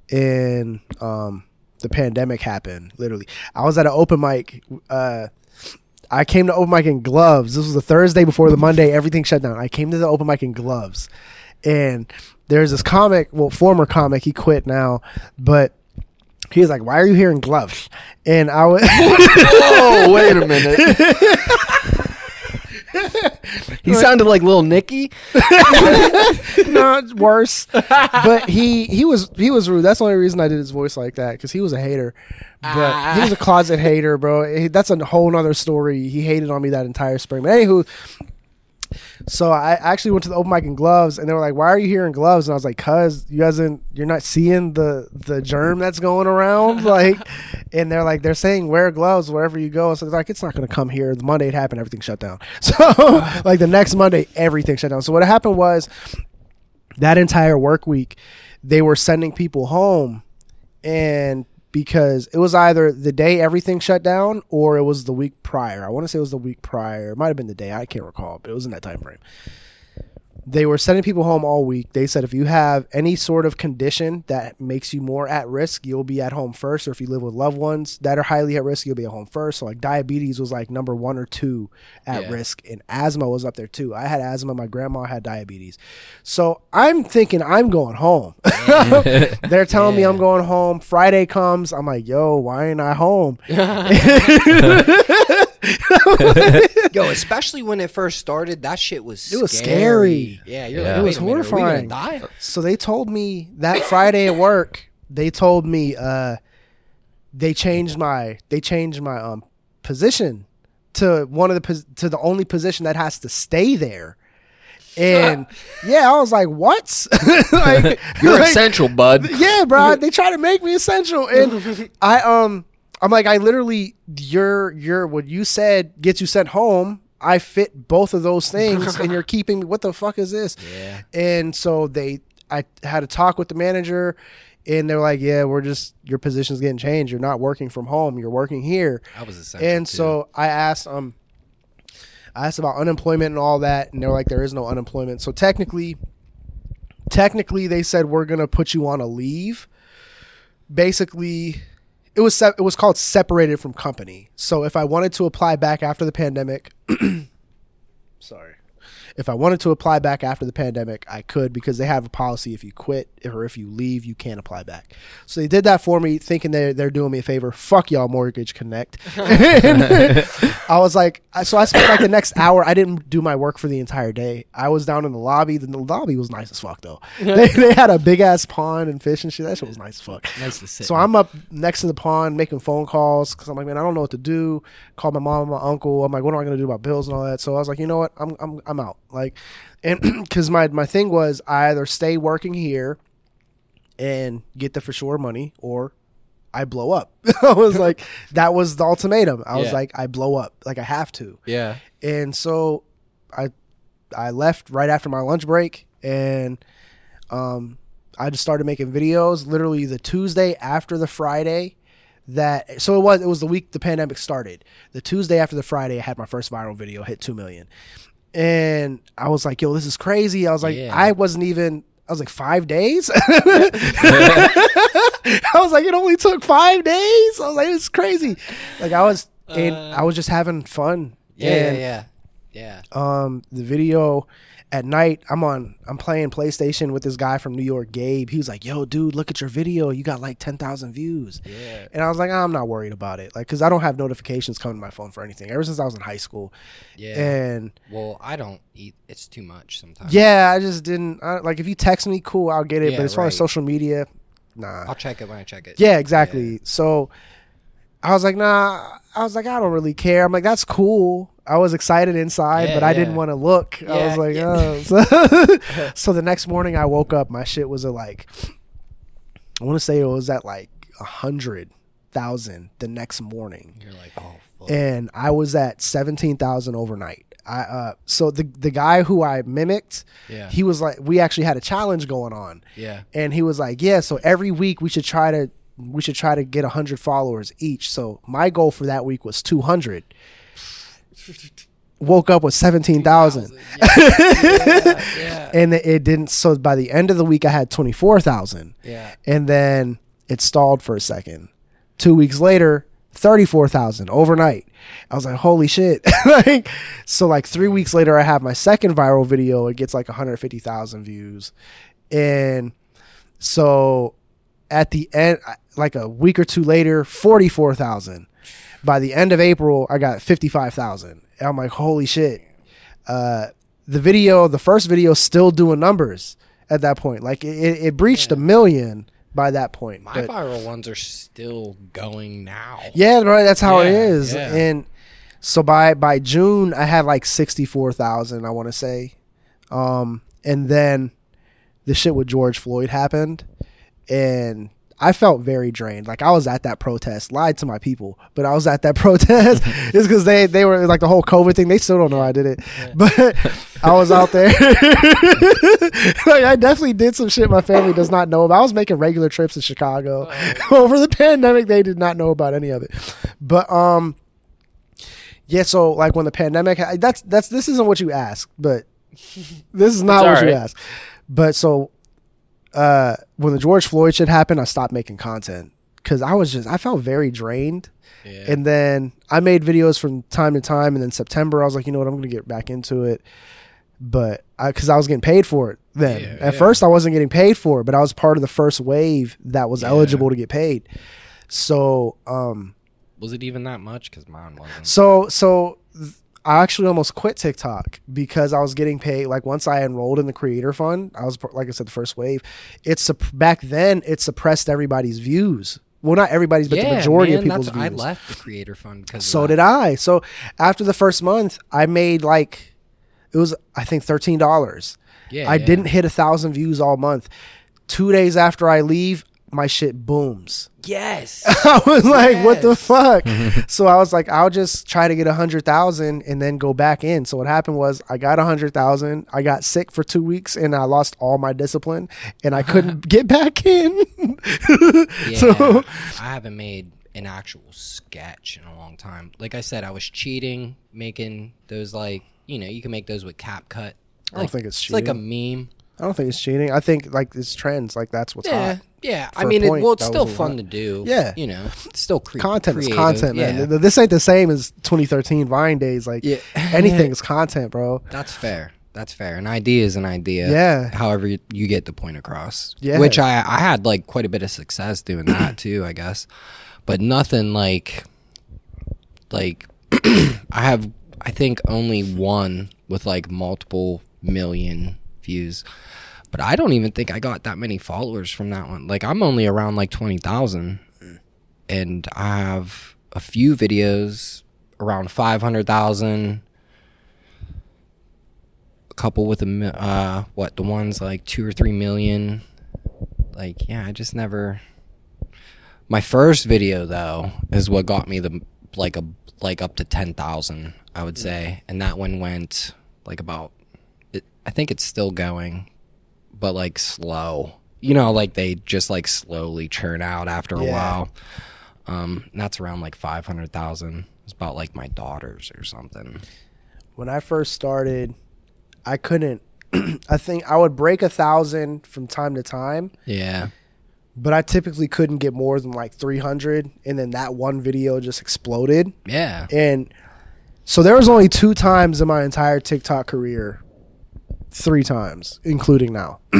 and um, the pandemic happened. Literally, I was at an open mic. Uh, I came to open mic in gloves. This was the Thursday before the Monday. Everything shut down. I came to the open mic in gloves, and there's this comic, well, former comic. He quit now, but he was like, "Why are you here in gloves?" And I [LAUGHS] was.
Oh, wait a minute. he sounded like little Nicky. [LAUGHS]
[LAUGHS] no, it's worse. but he he was he was rude. That's the only reason I did his voice like that because he was a hater. But he was a closet hater, bro. He- That's a whole nother story. He hated on me that entire spring. But anywho, so I actually went to the open mic in gloves, and they were like, "Why are you here in gloves?" And I was like, "Cause you guys, in, you're not seeing the the germ that's going around." [LAUGHS] Like, and they're like, "They're saying wear gloves wherever you go." So they're like, "It's not going to come here." The Monday it happened, everything shut down. [LAUGHS] So like the next Monday, everything shut down. So what happened was that entire work week, they were sending people home, and because it was either the day everything shut down or it was the week prior. I want to say it was the week prior. It might have been the day. I can't recall, but it was in that time frame. They were sending people home all week. They said if you have any sort of condition that makes you more at risk, you'll be at home first. Or if you live with loved ones that are highly at risk, you'll be at home first. So like diabetes was like number one or two at
Yeah.
risk, and asthma was up there too. I had asthma. My grandma had diabetes. So I'm thinking I'm going home. [LAUGHS] They're telling me I'm going home. Friday comes. I'm like, yo, why ain't I home?
Yo, especially when it first started, that shit was
It was scary.
Yeah, you're
Yeah.
like,
It
"Wait
was
a minute, are we gonna
horrifying.
die?
So they told me that Friday at work, they told me uh, they changed my they changed my um position to one of the pos- to the only position that has to stay there.
[LAUGHS]
And yeah, I was like, what? [LAUGHS] like,
You're
like,
essential, bud.
yeah,
[LAUGHS]
bro. They try to make me essential, and I um, I'm like, I literally your your what you said gets you sent home. I fit both of those things, and
[LAUGHS]
you're keeping me. What the fuck is this?
Yeah.
And so they, I had a talk with the manager, and they're like, yeah, we're just your position's getting changed. You're not working from home. You're working here.
I was essential.
And
too.
so I asked um I asked about unemployment and all that and they're like there is no unemployment. So technically technically they said we're going to put you on a leave. Basically it was se- it was called separated from company. So if I wanted to apply back after the pandemic [CLEARS THROAT] sorry. If I wanted to apply back after the pandemic, I could because they have a policy if you quit or if you leave, you can't apply back. So they did that for me, thinking they're, they're doing me a favor. Fuck y'all, Mortgage Connect. [LAUGHS] And I was like, I- so I spent like the next hour. I didn't do my work for the entire day. I was down in the lobby. The lobby was nice as fuck, though. [LAUGHS] They, they had a big ass pond and fish and shit. That shit was nice as fuck.
nice to sit.
So I'm up next to the pond making phone calls because I'm like, man, I don't know what to do. Called my mom and my uncle. I'm like, what am I going to do about bills and all that? So I was like, you know what? I'm, I'm, I'm out. Like, and [CLEARS THROAT] because my, my thing was I either stay working here and get the for sure money or I blow up. [LAUGHS]
[LAUGHS]
I was like, that was the ultimatum. I was
Yeah.
like, I blow up. Like, I have to.
yeah.
And so I I left right after my lunch break and um I just started making videos literally the Tuesday after the Friday that so it was it was the week the pandemic started. The Tuesday after the Friday I had my first viral video hit 2 million. And I was like, yo, this is crazy. I was like
Yeah.
I wasn't even I was like 5 days. [LAUGHS] I was like, it only took five days. I was like, it's crazy. Like I was, and
Uh,
I was just having fun.
Yeah. Yeah.
And,
Yeah. Yeah.
Um, the video at night, I'm on, I'm playing PlayStation with this guy from New York, Gabe. He was like, yo, dude, look at your video. You got like ten thousand views.
Yeah.
And I was like, "Ah, I'm not worried about it, like, cause I don't have notifications coming to my phone for anything ever since I was in high school.
Yeah.
And
well, I don't eat. It's too much sometimes.
yeah, I just didn't I, like if you text me, cool, I'll get it.
Yeah,
but as far as
right.
social media, nah.
I'll check it when I check it.
Yeah, exactly. So I was like, nah. I was like, I don't really care. I'm like, that's cool. I was excited inside,
Yeah,
but I didn't
yeah.
want to look. I
Yeah,
was like,
yeah. [LAUGHS]
oh. So, [LAUGHS] so the next morning I woke up, my shit was at like, I want to say it was at like a hundred thousand the next morning
You're like, oh, fuck.
and I was at seventeen thousand overnight. I uh, so the the guy who I mimicked,
Yeah.
he was like, we actually had a challenge going on,
Yeah.
and he was like, yeah, so every week we should try to we should try to get hundred followers each. So my goal for that week was two hundred. Woke up with seventeen thousand,
Yeah.
[LAUGHS] and it- it didn't. So by the end of the week, I had twenty four thousand
Yeah.
and then it stalled for a second. Two weeks later, thirty-four thousand overnight. I was like, "Holy shit!" [LAUGHS] like, so like three weeks later, I have my second viral video. It gets like one hundred fifty thousand views, and so at the end, I- like a week or two later, forty-four thousand. By the end of April, I got fifty-five thousand. And I'm like, "Holy shit!" Uh, the video, the first video, still doing numbers at that point. Like it, it, it breached a million by that point.
My
but-
viral ones are still going now.
yeah, right. That's how it
Yeah,
is.
yeah.
And so by by June, I had like sixty four thousand. I want to say, um, and then the shit with George Floyd happened, and I felt very drained. Like I was at that protest, lied to my people, but I was at
[LAUGHS]
that [LAUGHS] protest. it's because they they were like the whole COVID thing. They still don't know I did it, but [LAUGHS] I was out there. [LAUGHS] like I definitely did some shit my family does not know about. I was making regular trips to Chicago
Oh.
[LAUGHS] over the pandemic. They did not know about any of it, but um. Yeah, so like when the pandemic, ha- that's that's this isn't what you asked,
[LAUGHS]
but this is not
It's
what
all
you
right.
asked. But so uh, when the George Floyd shit happened, I stopped making content because I was just I felt very drained.
Yeah.
And then I made videos from time to time, and then September I was like, you know what, I'm gonna get back into it. But because I, was getting paid for it then.
Yeah,
At
yeah.
first, I wasn't getting paid for it, but I was part of the first wave that was
Yeah.
eligible to get paid. So, um,
was it even that much? Because mine wasn't.
so so th- I actually almost quit TikTok because I was getting paid. Like once I enrolled in the creator fund, I was like I said the first wave. It's supp- back then it suppressed everybody's views. Well, not everybody's, but the majority of people's
that's- I
views.
left the creator fund because
So did I. So after the first month, I made like It was I think thirteen dollars.
Yeah,
I
yeah.
didn't hit a thousand views all month. Two days after I leave, my shit booms. [LAUGHS]
Yes.
I was like, what the fuck? so I was like, I'll just try to get a hundred thousand and then go back in. So what happened was I got a hundred thousand, I got sick for two weeks and I lost all my discipline and
[LAUGHS]
I couldn't get back in. [LAUGHS]
Yeah.
So
I haven't made an actual sketch in a long time. Like I said, I was cheating making those like you know you can make those with CapCut.
I don't think it's
It's like a meme.
I don't think it's cheating. I think like it's trends, like that's what's
Yeah,
hot.
yeah. I
For a
mean, it,
point,
well, it's
that
still
was a
fun
lot.
to do.
Yeah.
you know, it's still cre-
Content
creative.
is content, man.
yeah.
Th- This ain't the same as 2013 Vine days. Like
Yeah. [LAUGHS]
anything is content, bro.
That's fair. That's fair. An idea is an idea.
Yeah.
However, you, you get the point across.
Yeah.
Which I I had like quite a bit of success doing
[CLEARS THROAT]
that too, I guess, but nothing like like [CLEARS THROAT] I have I think only one with like multiple million views. But I don't even think I got that many followers from that one. Like I'm only around like 20,000 and I have a few videos around 500,000 a couple with a mi- uh what the ones like 2 or 3 million like yeah, I just never my first video though is what got me the like a like up to ten thousand, I would say, and that one went like about. It, I think it's still going, but like slow. You know, like they just like slowly churn out after a
Yeah.
while. Um, and that's around like five hundred thousand. It's about like my daughters or something.
when I first started, I couldn't. [CLEARS THROAT] I think I would break a thousand from time to time,
Yeah,
but I typically couldn't get more than like 300. And then that one video just exploded.
yeah,
And so there was only two times in my entire TikTok career, three times, including now, [CLEARS THROAT]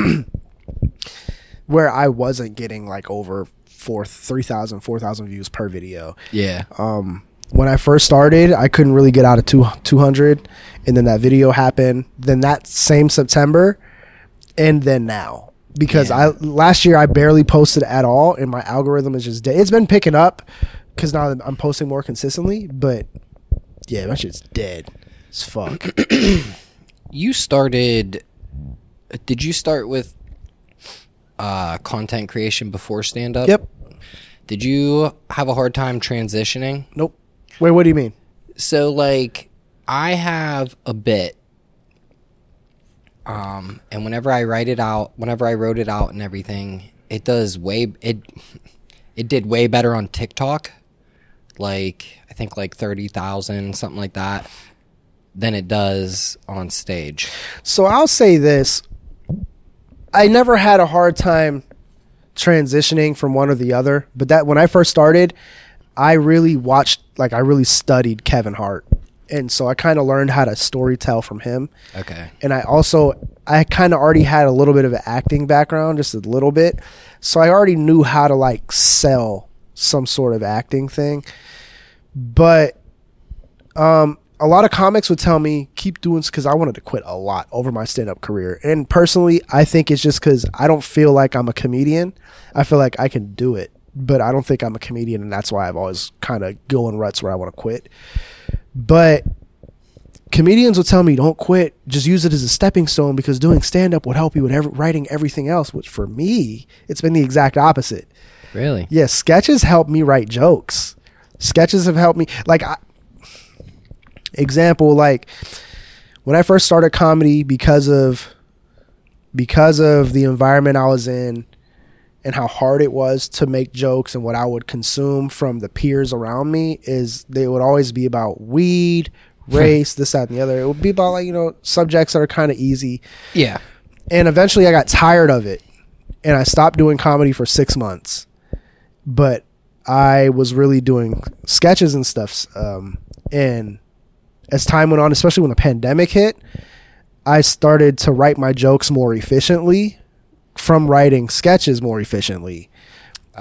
where I wasn't getting like over four, 3,000, 4,000 views per video
yeah,
when I first started, I couldn't really get out of two, 200. And then that video happened. Then that same September. And then now. Because I last year I barely posted at all. And my algorithm is just dead. It's been picking up because now I'm posting more consistently. But yeah, my shit's dead. It's fuck.
you started did you start with uh content creation before stand up
yep.
did you have a hard time transitioning
Nope. Wait, what do you mean?
so like i have a bit um and whenever i write it out whenever i wrote it out and everything it does way it it did way better on tiktok like i think like 30,000 something like that than it does on stage
So I'll say this. I never had a hard time transitioning from one or the other, but that when I first started, I really watched like I really studied Kevin Hart. And so I kind of learned how to story tell from him.
okay
And I also I kind of already had a little bit of an acting background, just a little bit. So I already knew how to like sell some sort of acting thing. But um, a lot of comics would tell me keep doing because I wanted to quit a lot over my stand up career. And personally, I think it's just because I don't feel like I'm a comedian. I feel like I can do it, but I don't think I'm a comedian, and that's why I've always kind of going ruts where I want to quit. But comedians will tell me don't quit, just use it as a stepping stone because doing stand up would help you with ev- writing everything else. Which for me, it's been the exact opposite.
really
Yeah, sketches help me write jokes. Sketches have helped me. Like, I, example, like when I first started comedy, because of because of the environment I was in and how hard it was to make jokes and what I would consume from the peers around me is they would always be about weed, race, this, that, and the other. It would be about like you know subjects that are kind of easy
yeah
and eventually I got tired of it and I stopped doing comedy for six months. But I was really doing sketches and stuff. Um, and as time went on, especially when the pandemic hit, I started to write my jokes more efficiently from writing sketches more efficiently.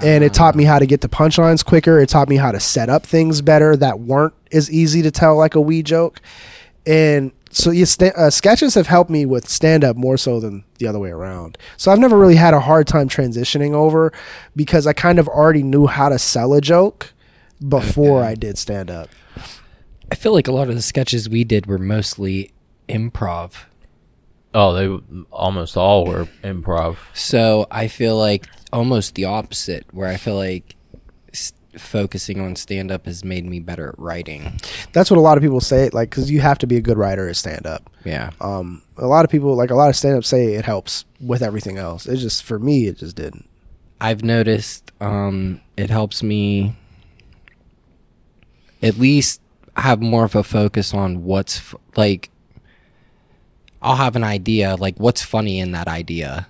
And it taught me how to get to punchlines quicker. It taught me how to set up things better that weren't as easy to tell, like a wee joke and so yeah, sta uh, sketches have helped me with stand up more so than the other way around. So I've never really had a hard time transitioning over because I kind of already knew how to sell a joke before I did stand up.
I feel like a lot of the sketches we did were mostly improv.
Oh, they w- almost all were improv.
So I feel like almost the opposite, where I feel like s focusing on stand up has made me better at writing.
That's what a lot of people say. Like, because you have to be a good writer at stand up.
Yeah.
Um, a lot of people, like a lot of stand ups, say it helps with everything else. It's just for me, it just didn't.
I've noticed um, it helps me at least have more of a focus on what's f- like. I'll have an idea, like what's funny in that idea,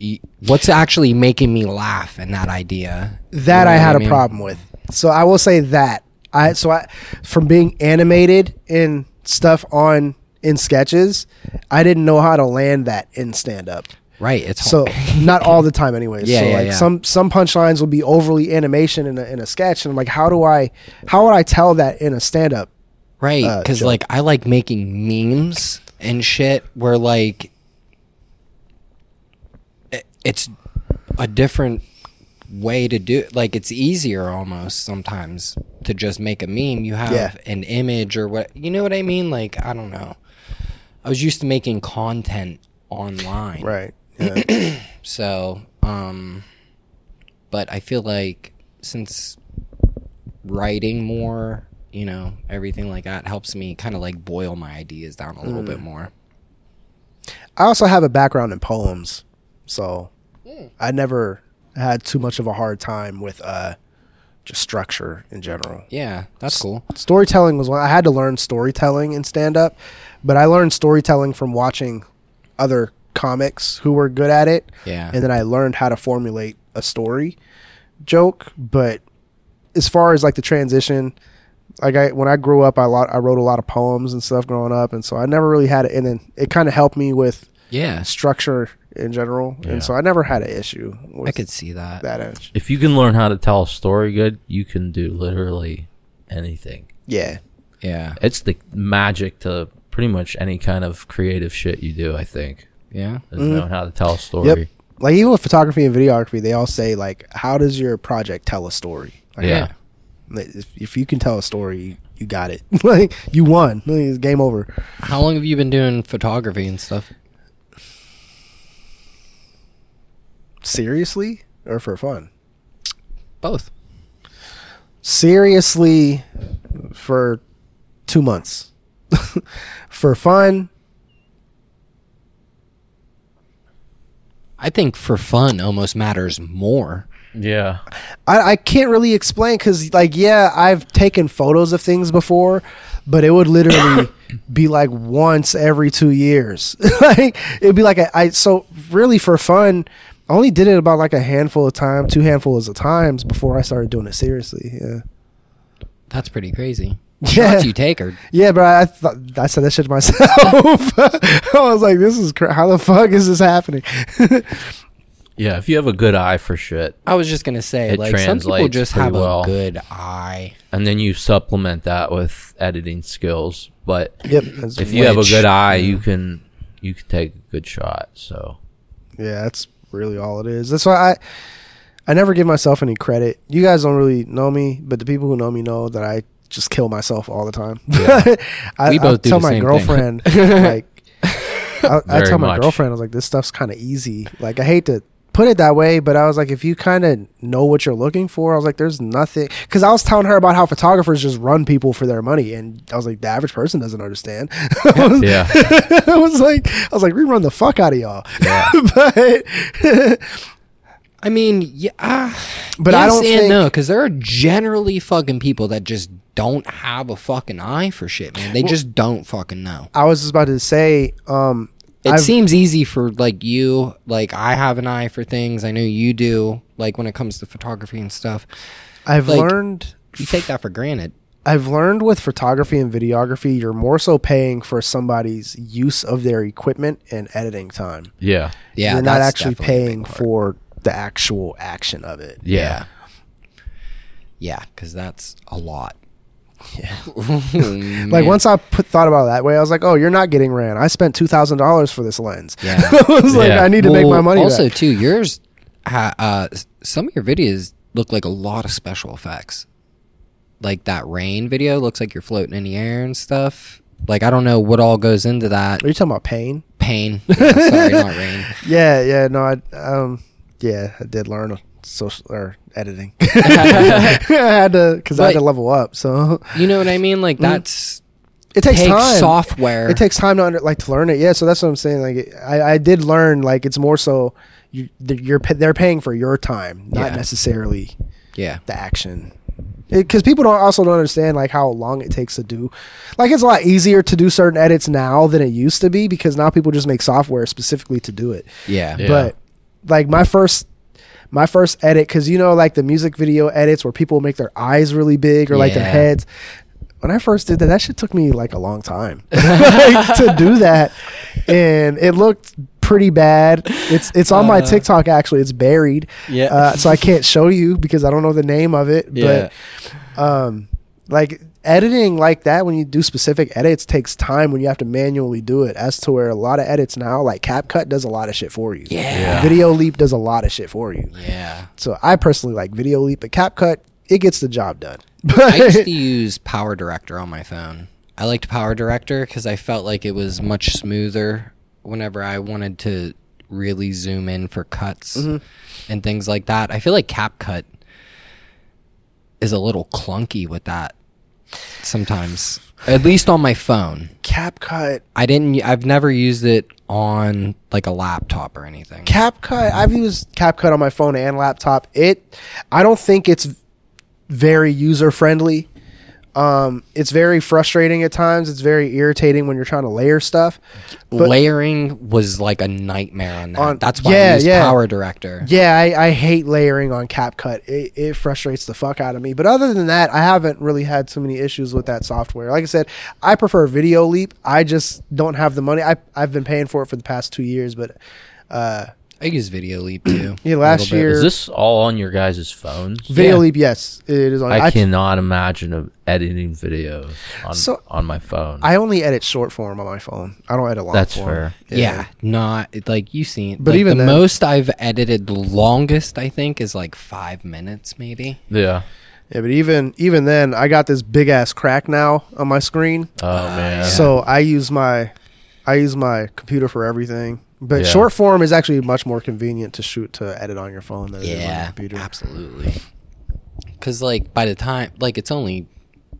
Y- what's actually making me laugh in that idea.
That
You know
I
what
had a
mean?
problem with. So I will say that I so I from being animated in stuff on in sketches, I didn't know how to land that in stand up.
right? It's
So
hard. [LAUGHS]
not all the time, anyways.
Yeah,
so
yeah,
like
yeah.
some some punchlines will be overly animation in a, in a sketch, and I'm like, how do I how would I tell that in a stand up?
Right,
uh,
because
joke.
like I like making memes and shit where like it, it's a different way to do it. Like it's easier almost sometimes to just make a meme. You have
Yeah.
an image or what you know what I mean. Like I don't know. I was used to making content online,
Right. Yeah.
so, um, but I feel like since writing more, you know, everything like that helps me kind of like boil my ideas down a little bit more.
I also have a background in poems, so I never had too much of a hard time with uh, just structure in general.
Yeah, that's cool.
Storytelling was one. I had to learn storytelling in stand up, but I learned storytelling from watching other comics who were good at it.
Yeah.
And then I learned how to formulate a story joke. But as far as like the transition, like I when I grew up, I lot I wrote a lot of poems and stuff growing up, and so I never really had it. And then it kind of helped me with
Yeah,
structure in general, and so I never had an issue with
I could see that.
that edge.
If you can learn how to tell a story good, you can do literally anything.
Yeah,
Yeah,
It's the magic to pretty much any kind of creative shit you do. I think
yeah,
is knowing how to tell a story.
Yep. like even with photography and videography, they all say like, "How does your project tell a story?" Like,
Yeah.
Yeah.
like, if, if you can tell a story, you, you got it. [LAUGHS] like you won. Like, it's game over.
How long have you been doing photography and stuff?
Seriously or for fun?
Both.
Seriously, for two months. [LAUGHS] for fun,
I think for fun almost matters more.
Yeah.
I, I can't really explain because, like, yeah, I've taken photos of things before, but it
[COUGHS]
would literally be like once every two years. [LAUGHS] like, it'd be like a, I so really for fun. I only did it about like a handful of time, two handfuls of times before I started doing it seriously. Yeah,
That's pretty [LAUGHS] crazy.
Yeah.
Shots you take are
yeah, but I thought I said that shit to myself. [LAUGHS] I was like, "This is cra- how the fuck is this happening?" [LAUGHS]
Yeah. If you have a good eye for shit,
I was just gonna say,
It
like some people
translates
just
pretty
have
well.
a good eye.
and then you supplement that with editing skills, but
yep.
if you have a
Which-
good eye, you can you can take a good shot. So
Yeah, that's really all it is. That's why I I never give myself any credit. You guys don't really know me, but the people who know me know that I just kill myself all the time. [LAUGHS] I,
We
I
both do
tell
the
my
same thing. [LAUGHS]
girlfriend like I, I
Very
tell my
much.
girlfriend I was like this stuff's kind of easy. Like I hate to put it that way, but I was like if you kind of know what you're looking for, I was like there's nothing cuz I was telling her about how photographers just run people for their money and I was like the average person doesn't understand. [LAUGHS] I was-
yeah,
I was like, I was like, we run the fuck out of y'all. [LAUGHS] but
I mean, yeah, ah,
but I
yes
don't
and
think.
no, because there are generally fucking people that just don't have a fucking eye for shit, man. They just don't fucking know.
I was just about to say, um,
It
I've-
seems easy for like you, like I have an eye for things. I know you do. Like when it comes to photography and stuff,
I've
Like-
learned,
you take that for granted.
I've learned with photography and videography, you're more so paying for somebody's use of their equipment and editing time.
yeah,
Yeah,
you're not
that's
actually
definitely a big
paying
part.
for the actual action of it.
yeah,
Yeah, because that's a lot.
[LAUGHS] Like once I put thought about it that way, I was like, "Oh, you're not getting ran. I spent two thousand dollars for this lens.
Yeah.
[LAUGHS] I was like,
Yeah.
I need to make my
Well,
money
Also,
back.
too, yours, ha, uh, s- some of your videos look like a lot of special effects. Like that rain video looks like you're floating in the air and stuff. Like I don't know what all goes into that
Are you talking about pain?
pain. [LAUGHS] Yeah, sorry, not rain.
Yeah, yeah, no, I um, yeah, I did learn social or editing. [LAUGHS] I had to because I had to
But-
level up, so [LAUGHS]
You know what I mean? Like that's
it Mm-hmm. takes
takes
time.
software.
It takes time to under, like to learn it. Yeah, so that's what I'm saying. Like, it- I, I did learn. Like, it's more so you th- you're pa- they're paying for your time, not
Yeah.
necessarily
yeah.
the action. Because people don't also don't understand like how long it takes to do. Like, it's a lot easier to do certain edits now than it used to be because now people just make software specifically to do it.
Yeah.
Yeah.
but like my first my first edit because you know like the music video edits where people make their eyes really big or like their
Yeah.
heads when i first did that that shit took me like a
[LAUGHS]
long time [LAUGHS] like, to do that and it looked pretty bad it's it's on my tiktok actually it's buried
Uh. Yeah.
uh, so i can't show you because i don't know the name of it
Yeah.
but um like editing like that when you do specific edits takes time when you have to manually do it as to where a lot of edits now like capcut does a lot of shit for you
Yeah.
Video Leap does a lot of shit for you.
Yeah.
So I personally like Video Leap, but CapCut, it gets the job done. [LAUGHS]
I used
But
to use Power Director on my phone. I liked Power Director because I felt like it was much smoother whenever I wanted to really zoom in for cuts
Mm-hmm.
and things like that. I feel like CapCut is a little clunky with that sometimes, at least on my phone.
CapCut,
I didn't. I've never used it on like a laptop or anything.
CapCut, I've used CapCut on my phone and laptop. It, I don't think it's very user friendly. Um, it's very frustrating at times. It's very irritating when you're trying to layer stuff. but-
Layering was like a nightmare on that.
On-
That's why
yeah,
I used
yeah.
Power Director.
Yeah, I, I hate layering on CapCut. It, it frustrates the fuck out of me. But other than that, I haven't really had too many issues with that software. Like I said, I prefer Video Leap. I just don't have the money. I, I've been paying for it for the past two years, but uh,
I use Video Leap too.
yeah,
a
last
little bit.
year
Is this all on your guys' phones?
Video
Yeah.
Leap, yes, it is on.
I,
I,
cannot imagine of editing videos on
So-
on my phone.
I only edit short form on my phone. I don't edit long.
That's
form.
fair.
Yeah, not it- like you've seen.
But
But
even
even the
then-
most I've edited, the longest I think is like five minutes, maybe.
Yeah.
Yeah, but even even then, I got this big ass crack now on my screen.
Oh man.
Uh-huh.
So I use my I use my computer for everything. But
Yeah.
short form is actually much more convenient to shoot to edit on your phone than it is on your
Yeah,
computer.
absolutely. Because like by the time, like it's only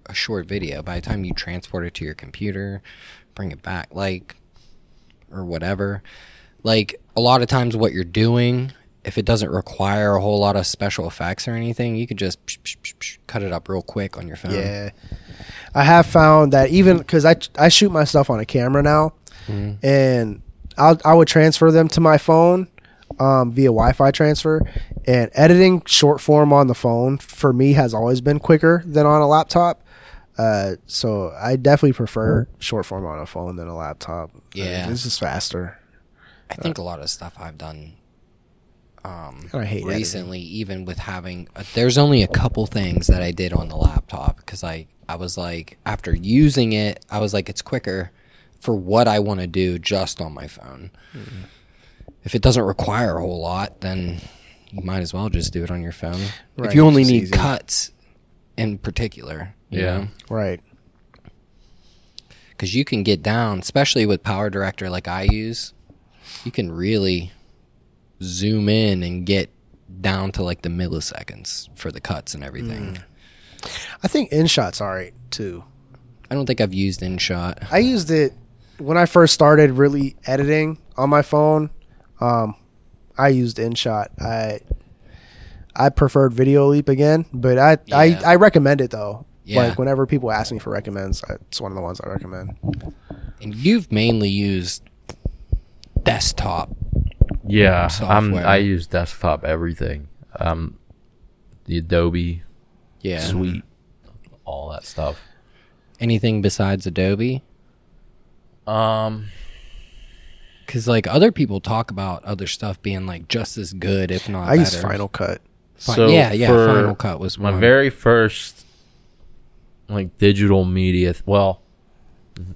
a short video. By the time you transport it to your computer, bring it back, like or whatever, like a lot of times what you're doing. If it doesn't require a whole lot of special effects or anything, you could just psh, psh, psh, psh, cut it up real quick on your phone.
Yeah. I have found that even because I, I shoot my stuff on a camera now
Mm-hmm.
and I'll, I would transfer them to my phone um, via Wi Fi transfer. And editing short form on the phone for me has always been quicker than on a laptop. Uh, so I definitely prefer short form on a phone than a laptop.
Mm-hmm. Yeah.
It's just faster.
I think a lot of stuff I've done um,
I hate editing.
recently, even with having, uh, there's only a couple things that I did on the laptop because I, I was like, after using it, I was like, it's quicker for what I want to do just on my phone.
Mm-hmm.
If it doesn't require a whole lot, then you might as well just do it on your phone.
Right,
If you only
it's
need
easy.
cuts in particular, you
Yeah.
know?
Right.
because you can get down, especially with Power Director like I use. You can really zoom in and get down to like the milliseconds for the cuts and everything.
Mm. I think InShot's all right too.
I don't think I've used InShot.
I used it when I first started really editing on my phone. Um, I used InShot. I I preferred Video Leap again, but I
Yeah.
I, I recommend it though.
Yeah.
Like whenever people ask me for recommends, I- it's one of the ones I recommend.
And you've mainly used desktop.
Yeah, I'm,
software.
I use desktop everything. Um, the Adobe
Yeah.
Suite, all that stuff.
Anything besides Adobe?
Um,
Because like other people talk about other stuff being like just as good, if not
I
better.
use Final Cut.
Fi-
so
yeah, yeah.
for
Final Cut was
my
one.
very first like digital media. th- well, the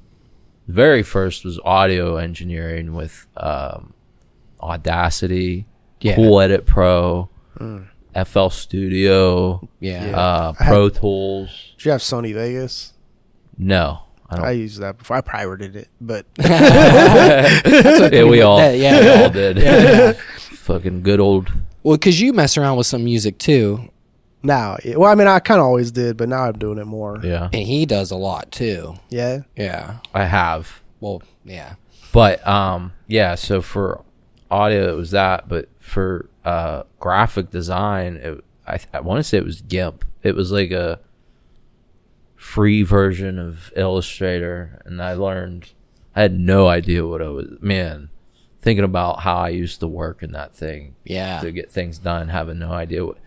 very first was audio engineering with um, Audacity,
Yeah.
Cool Edit Pro, FL Studio,
yeah.
uh,
Mm. I had-
Pro Tools.
Did you have Sony Vegas?
No, I don't.
I used that before. I pirated it, but [LAUGHS]
yeah, we all,
that- yeah. [LAUGHS]
we all did.
Yeah, yeah.
Fucking good old.
Well, because you mess around with some music too,
now, yeah, well, I mean, I kind of always did, but now I'm doing it more.
Yeah,
and he does a lot too.
Yeah?
Yeah.
I have.
Well, yeah.
But um, yeah. So for audio, it was that. But for uh, graphic design, it, I, I want to say it was GIMP. It was like a free version of Illustrator, and I learned. I had no idea what I was. Man, thinking about how I used to work in that thing
Yeah.
to get things done, having no idea what.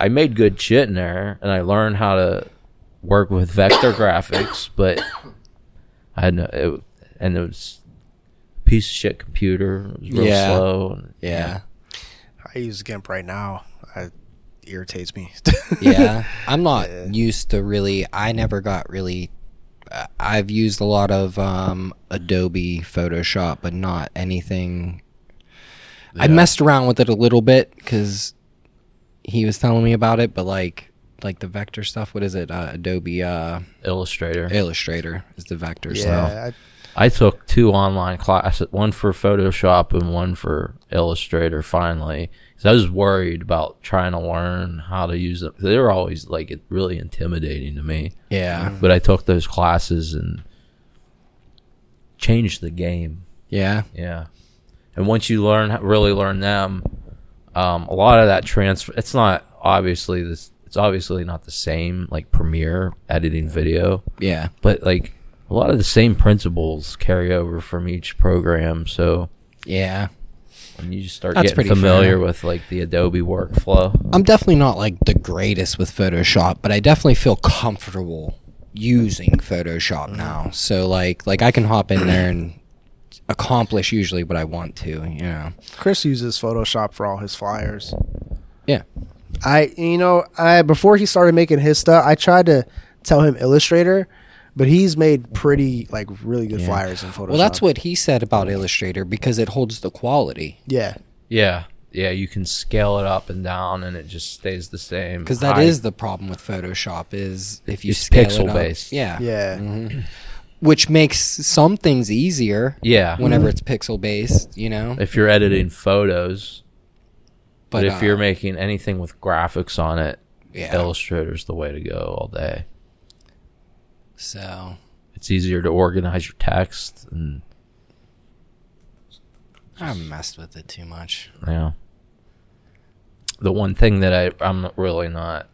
I made good shit in there, and I learned how to work with vector [COUGHS] graphics, but I had no, it, and it was a piece of shit computer. It was real
Yeah.
slow. and-
Yeah.
I use GIMP right now. I, irritates me. [LAUGHS]
[LAUGHS] yeah i'm not used to really i never got really uh, i've used a lot of um adobe photoshop but not anything i messed around with it a little bit because he was telling me about it but like like the vector stuff what is it uh, adobe uh
Illustrator.
illustrator is the vector stuff
yeah,
I took two online classes, one for Photoshop and one for Illustrator. Finally, 'Cause I was worried about trying to learn how to use them. They were always like really intimidating to me.
yeah
but I took those classes and changed the game.
yeah
Yeah, and once you learn, really learn them, um, a lot of that transfer. It's not obviously this. It's obviously not the same like Premiere editing video,
yeah
but like a lot of the same principles carry over from each program. So
yeah
when you just start
That's
getting
pretty
familiar
fair.
with like the Adobe workflow,
I'm definitely not like the greatest with Photoshop, but I definitely feel comfortable using
Mm-hmm.
Photoshop now. So like like I can hop in there and accomplish usually what I want to, you know.
Chris uses Photoshop for all his flyers.
Yeah.
I you know I before he started making his stuff, I tried to tell him Illustrator, but he's made pretty like really good flyers in Photoshop.
Well, that's what he said about Illustrator because it holds the quality.
Yeah,
yeah, yeah, you can scale it up and down, and it just stays the same.
Because that is
high-
the problem with Photoshop is if you
It's
scale it
pixel
up-
based.
yeah,
yeah.
Mm-hmm. which makes some things easier
yeah.
whenever it's pixel based, you know.
if you're editing photos, But, if
uh,
you're making anything with graphics on it,
yeah,
Illustrator's the way to go all day.
so
It's easier to organize your text and
I haven't messed with it too much.
you know. The one thing that I I'm not- really not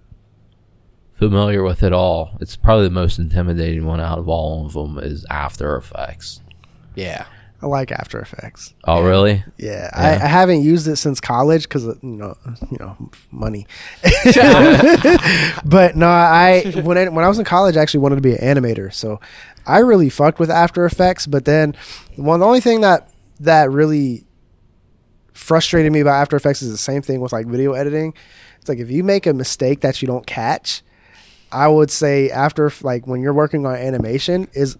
familiar with at all. It's probably the most intimidating one out of all of them is After Effects.
Yeah.
I like After Effects.
Oh, really?
Yeah, I, I haven't used it since college because you know, you know, money. [LAUGHS] but no, I when I, when I was in college, I actually wanted to be an animator, so I really fucked with After Effects. But then, one the only thing that that really frustrated me about After Effects is the same thing with like video editing. It's like if you make a mistake that you don't catch, I would say after like when you're working on animation is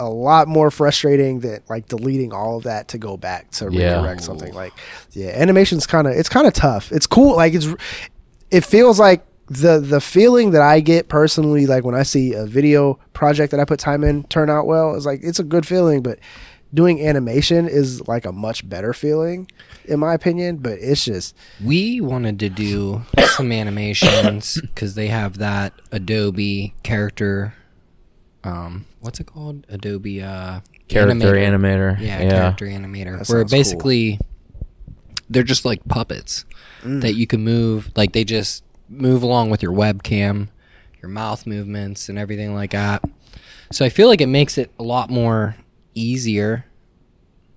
a lot more frustrating than like deleting all of that to go back to
Yeah.
redirect something. Like, yeah, animation's kind of it's kind of tough. It's cool. Like it's it feels like the the feeling that I get personally, like when I see a video project that I put time in turn out well, is like it's a good feeling, but doing animation is like a much better feeling, in my opinion. But it's just
We wanted to do [COUGHS] some animations because they have that Adobe character. Um, what's it called? Adobe uh,
Character
animator.
animator.
Yeah,
yeah.
character animator.
That
where
sounds cool.
basically they're just like puppets
Mm.
that you can move. Like they just move along with your webcam, your mouth movements, and everything like that. So I feel like it makes it a lot more easier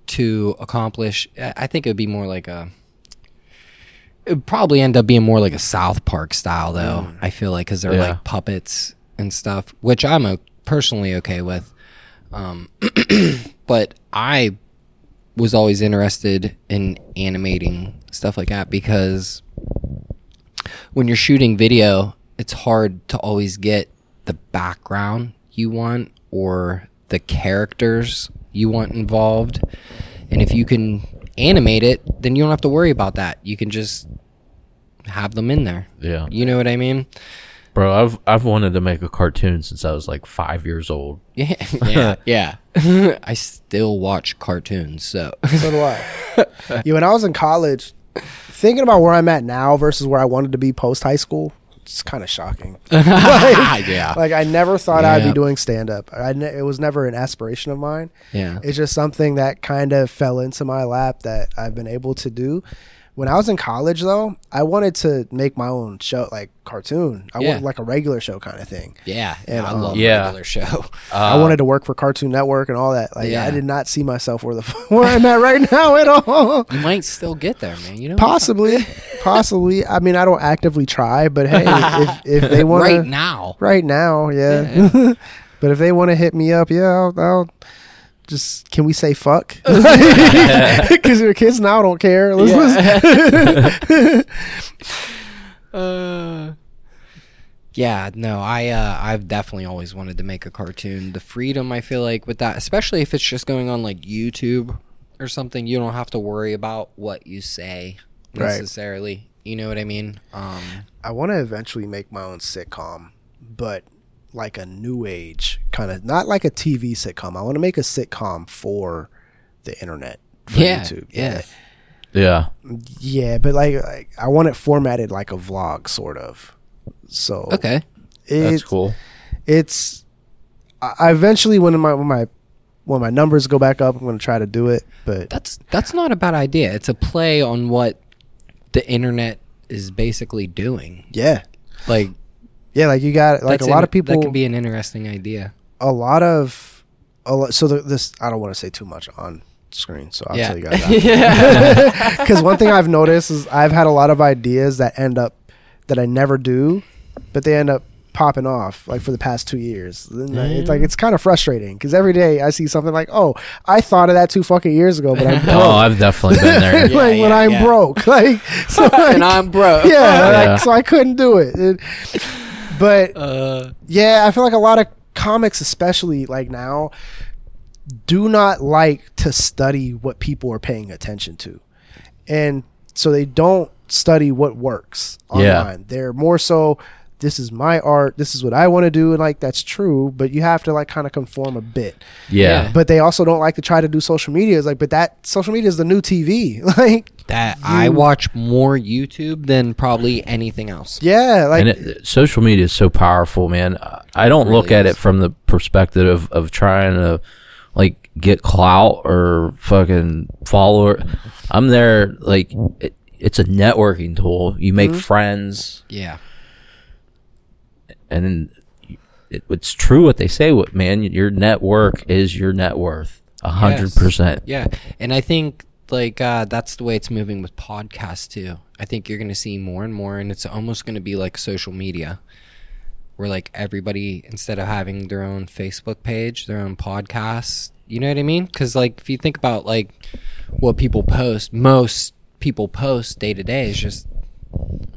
to accomplish. I I think it would be more like a. It would probably end up being more like a South Park style, though.
Mm.
I feel like because they're
Yeah.
like puppets and stuff, which I'm o- personally okay with. Um, but I was always interested in animating stuff like that because when you're shooting video, it's hard to always get the background you want or the characters you want involved. And if you can animate it, then you don't have to worry about that. You can just have them in there.
Yeah.
You know what I mean? [LAUGHS]
Bro, I've I've wanted to make a cartoon since I was like five years old.
Yeah, yeah, [LAUGHS] yeah. [LAUGHS] I still watch cartoons, so
So do I. yeah, when I was in college, thinking about where I'm at now versus where I wanted to be post high school, it's kind
[LAUGHS]
of shocking.
[LAUGHS] yeah,
Like I never thought I'd be
Yeah.
doing stand up. I ne- it was never an aspiration of mine.
[LAUGHS] yeah.
It's just something that kind of fell into my lap that I've been able to do. When I was in college, though, I wanted to make my own show, like cartoon. I
Yeah.
wanted like a regular show kind of thing.
Yeah,
And,
I
um,
love
Yeah.
regular show.
I wanted to work for Cartoon Network and all that. Like,
Uh, Yeah.
I did not see myself where the [LAUGHS] f- where I'm at right now at all.
You [LAUGHS] might still get there, man. You know, [LAUGHS]
Possibly, possibly. I mean, I don't actively try, but hey, if, if they want
right now.
right now, yeah. [LAUGHS] but if they want to hit me up, yeah, I'll, I'll just can we say fuck?
[LAUGHS]
[LAUGHS] Because your kids now don't care. Let's- let's-
Uh, yeah, no, I uh, I've definitely always wanted to make a cartoon. The freedom I feel like with that, especially if it's just going on like YouTube or something, you don't have to worry about what you say
Right.
necessarily. You know what I mean? Um,
I want to eventually make my own sitcom, but like a new age kind of, not like a TV sitcom. I want to make a sitcom for the internet. For
yeah,
YouTube.
yeah,
Yeah.
yeah, but like, like I want it formatted like a vlog, sort of. So
Okay,
That's
it's-
cool.
it's I I eventually when my when my when my numbers go back up, I'm gonna try to do it. But
that's that's not a bad idea. It's a play on what the internet is basically doing.
yeah,
Like,
yeah, like you got like a
that's
lot
in-
of people,
that can be an interesting idea.
a lot of a lot. So the, this I don't want to say too much on screen, so I'll
yeah,
tell you
[LAUGHS]
guys [LAUGHS] because one thing I've noticed is I've had a lot of ideas that end up that I never do, but they end up popping off like for the past two years Then I- it's like it's
Mm.
kind of frustrating because every day i see something like oh i thought of that two fucking years ago but
[LAUGHS]
i'm
Oh,
broke
I've definitely been
[LAUGHS]
there.
like when
yeah,
i'm
yeah.
broke [LAUGHS] like
[LAUGHS]
so
and
like-
I'm broke.
[LAUGHS] yeah,
[LAUGHS]
like,
Yeah.
so I couldn't do it. It-
[LAUGHS]
But
Uh,
yeah, I feel like a lot of comics, especially like now, do not like to study what people are paying attention to, and so they don't study what works online.
Yeah.
They're more so. This is my art. This is what I want to do, and like that's true. But you have to like kind of conform a bit.
Yeah.
But they also don't like to try to do social media. It's like, but that social media is the new TV. [LAUGHS] Like,
that I watch more YouTube than probably anything else.
yeah, like
and it, social media is so powerful, man. I- I don't look at it from the perspective of, of trying to like get clout or fucking follower. I'm there like it, it's a networking tool. You make friends,
Yeah.
and it, it's true what they say. What man, your network is your net worth. A hundred
Yes.
percent.
Yeah. And I think like uh, that's the way it's moving with podcasts too. I think you're going to see more and more, and it's almost going to be like social media, where like everybody instead of having their own Facebook page, their own podcast. You know what I mean? Because like if you think about like what people post, most people post day to day is just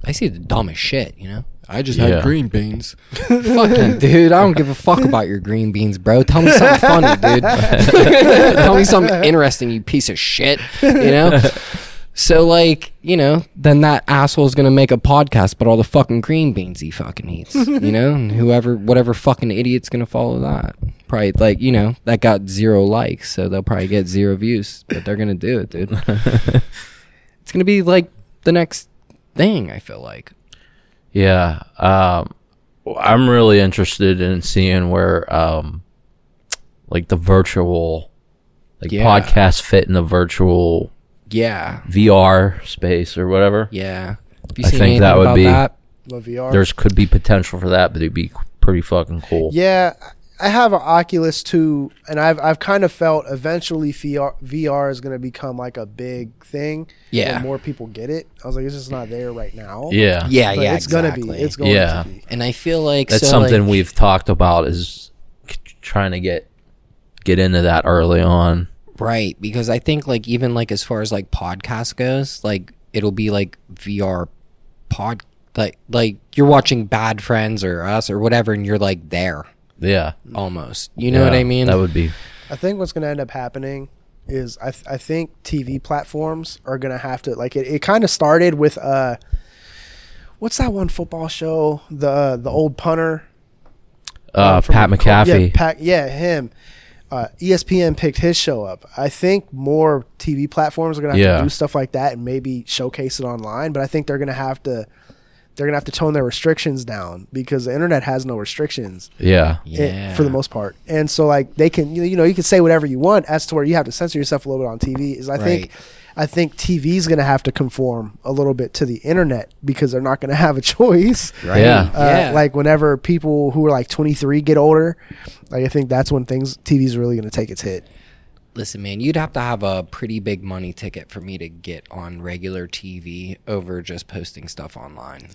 I see the dumbest shit. You know. I just
Yeah.
had green beans. Fucking dude, I don't give a fuck about your green beans, bro. Tell me something funny, dude. [LAUGHS] Tell me something interesting, you piece of shit. You know? So like, you know, then that asshole's gonna make a podcast but all the fucking green beans he fucking eats. You know? And whoever whatever fucking idiot's gonna follow that. Probably like, you know, that got zero likes, so they'll probably get zero views. But they're gonna do it, dude. it's gonna be like the next thing, I feel like.
Yeah. Um, I'm really interested in seeing where, um, like the virtual, like
Yeah.
podcasts fit in the virtual
Yeah.
VR space or whatever.
Yeah. Have you
I
seen
think that
anything
would
about
be-
that?
the VR.
There's could be potential for that, but it'd be pretty fucking cool.
Yeah, I have an Oculus too, and I've I've kind of felt eventually VR, VR is going to become like a big thing.
Yeah.
and more people get it. I was like, it's just not there right now.
Yeah.
Yeah,
but
yeah,
it's gonna
exactly.
be. It's going
Yeah.
to be.
and I feel like
That's
so,
something
like-
we've talked about is c- trying to get, get into that early on.
right because I think like even like as far as like podcast goes, like it'll be like VR pod like like you're watching Bad Friends or Us or whatever, and you're like there
Yeah.
almost. You know what
Yeah.
I mean?
That would be,
I think what's going to end up happening is I th- I think TV platforms are going to have to like it. It kind of started with uh. what's that one football show? The the old punter.
Uh,
from-
Pat McAfee.
Yeah, Pat, yeah, him. Uh, ESPN picked his show up. I think more TV platforms are gonna have
Yeah.
to do stuff like that and maybe showcase it online. But I think they're gonna have to they're gonna have to tone their restrictions down because the internet has no restrictions
yeah.
it- for the most part. And so like they can you know, you know you can say whatever you want as to where you have to censor yourself a little bit on TV is I think
Right.
I think TV's going to have to conform a little bit to the internet because they're not going to have a [LAUGHS] choice.
Right. Yeah.
Uh,
Yeah.
like whenever people who are like 23 get older, like I think that's when things TV's really going to take its hit.
Listen, man, you'd have to have a pretty big money ticket for me to get on regular TV over just posting stuff online.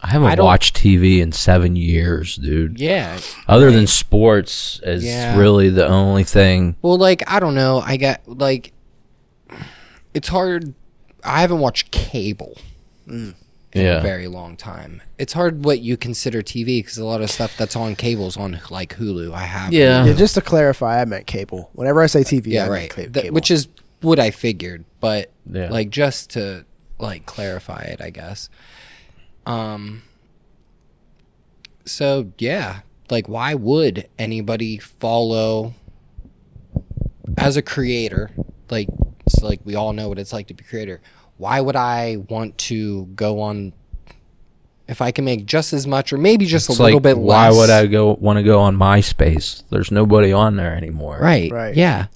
I haven't
I don't-
watched TV in seven years, dude.
Yeah.
Other than sports, is
Yeah.
really the only thing.
Well, like, I don't know. I got, like, it's hard. I haven't watched cable in
Yeah.
a very long time. It's hard what you consider TV because a lot of stuff that's on cable's on, like, Hulu. I have.
Yeah.
Yeah, just to clarify, I meant cable. Whenever I say TV, I
Uh-huh. Yeah,
meant
right.
ca-
That-
cable.
which is what I figured, but
Yeah.
like just to like clarify it, I guess. Um. So yeah, like why would anybody follow as a creator? Like it's like we all know what it's like to be a creator. Why would I want to go on if I can make just as much or maybe just
It's
a little
like,
bit
why
less?
would I go want to go on MySpace? There's nobody on there anymore.
Right.
Right.
Yeah.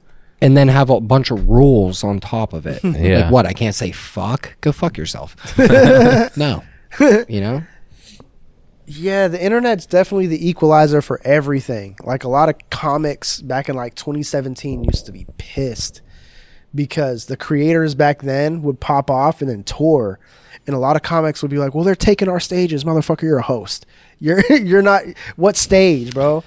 And then have a bunch of rules on top of
[LAUGHS]
it.
Yeah.
Like what? I can't say fuck. Go fuck yourself. no. You know?
Yeah, the internet's definitely the equalizer for everything. Like a lot of comics back in like 2017 used to be pissed because the creators back then would pop off and then tour, and a lot of comics would be like, "Well, they're taking our stages, motherfucker. You're a host. [LAUGHS] You're you're not what stage, bro."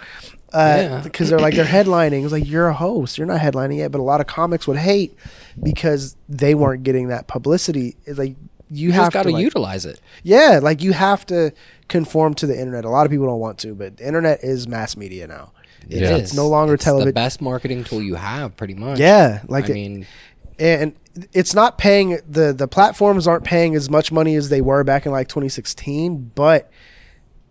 Yeah.
Because they're like they're headlining. It's like you're a host. You're not headlining yet, but a lot of comics would hate because they weren't getting that publicity. It's like you,
You
have
just got to
to like,
utilize it.
yeah, like you have to conform to the internet. A lot of people don't want to, but the internet is mass media now.
It
Yeah.
is.
It's no longer
It's The
television.
best marketing tool you have, pretty much.
Yeah, like
I
it-
mean,
and it's not paying the the platforms aren't paying as much money as they were back in like 2016, but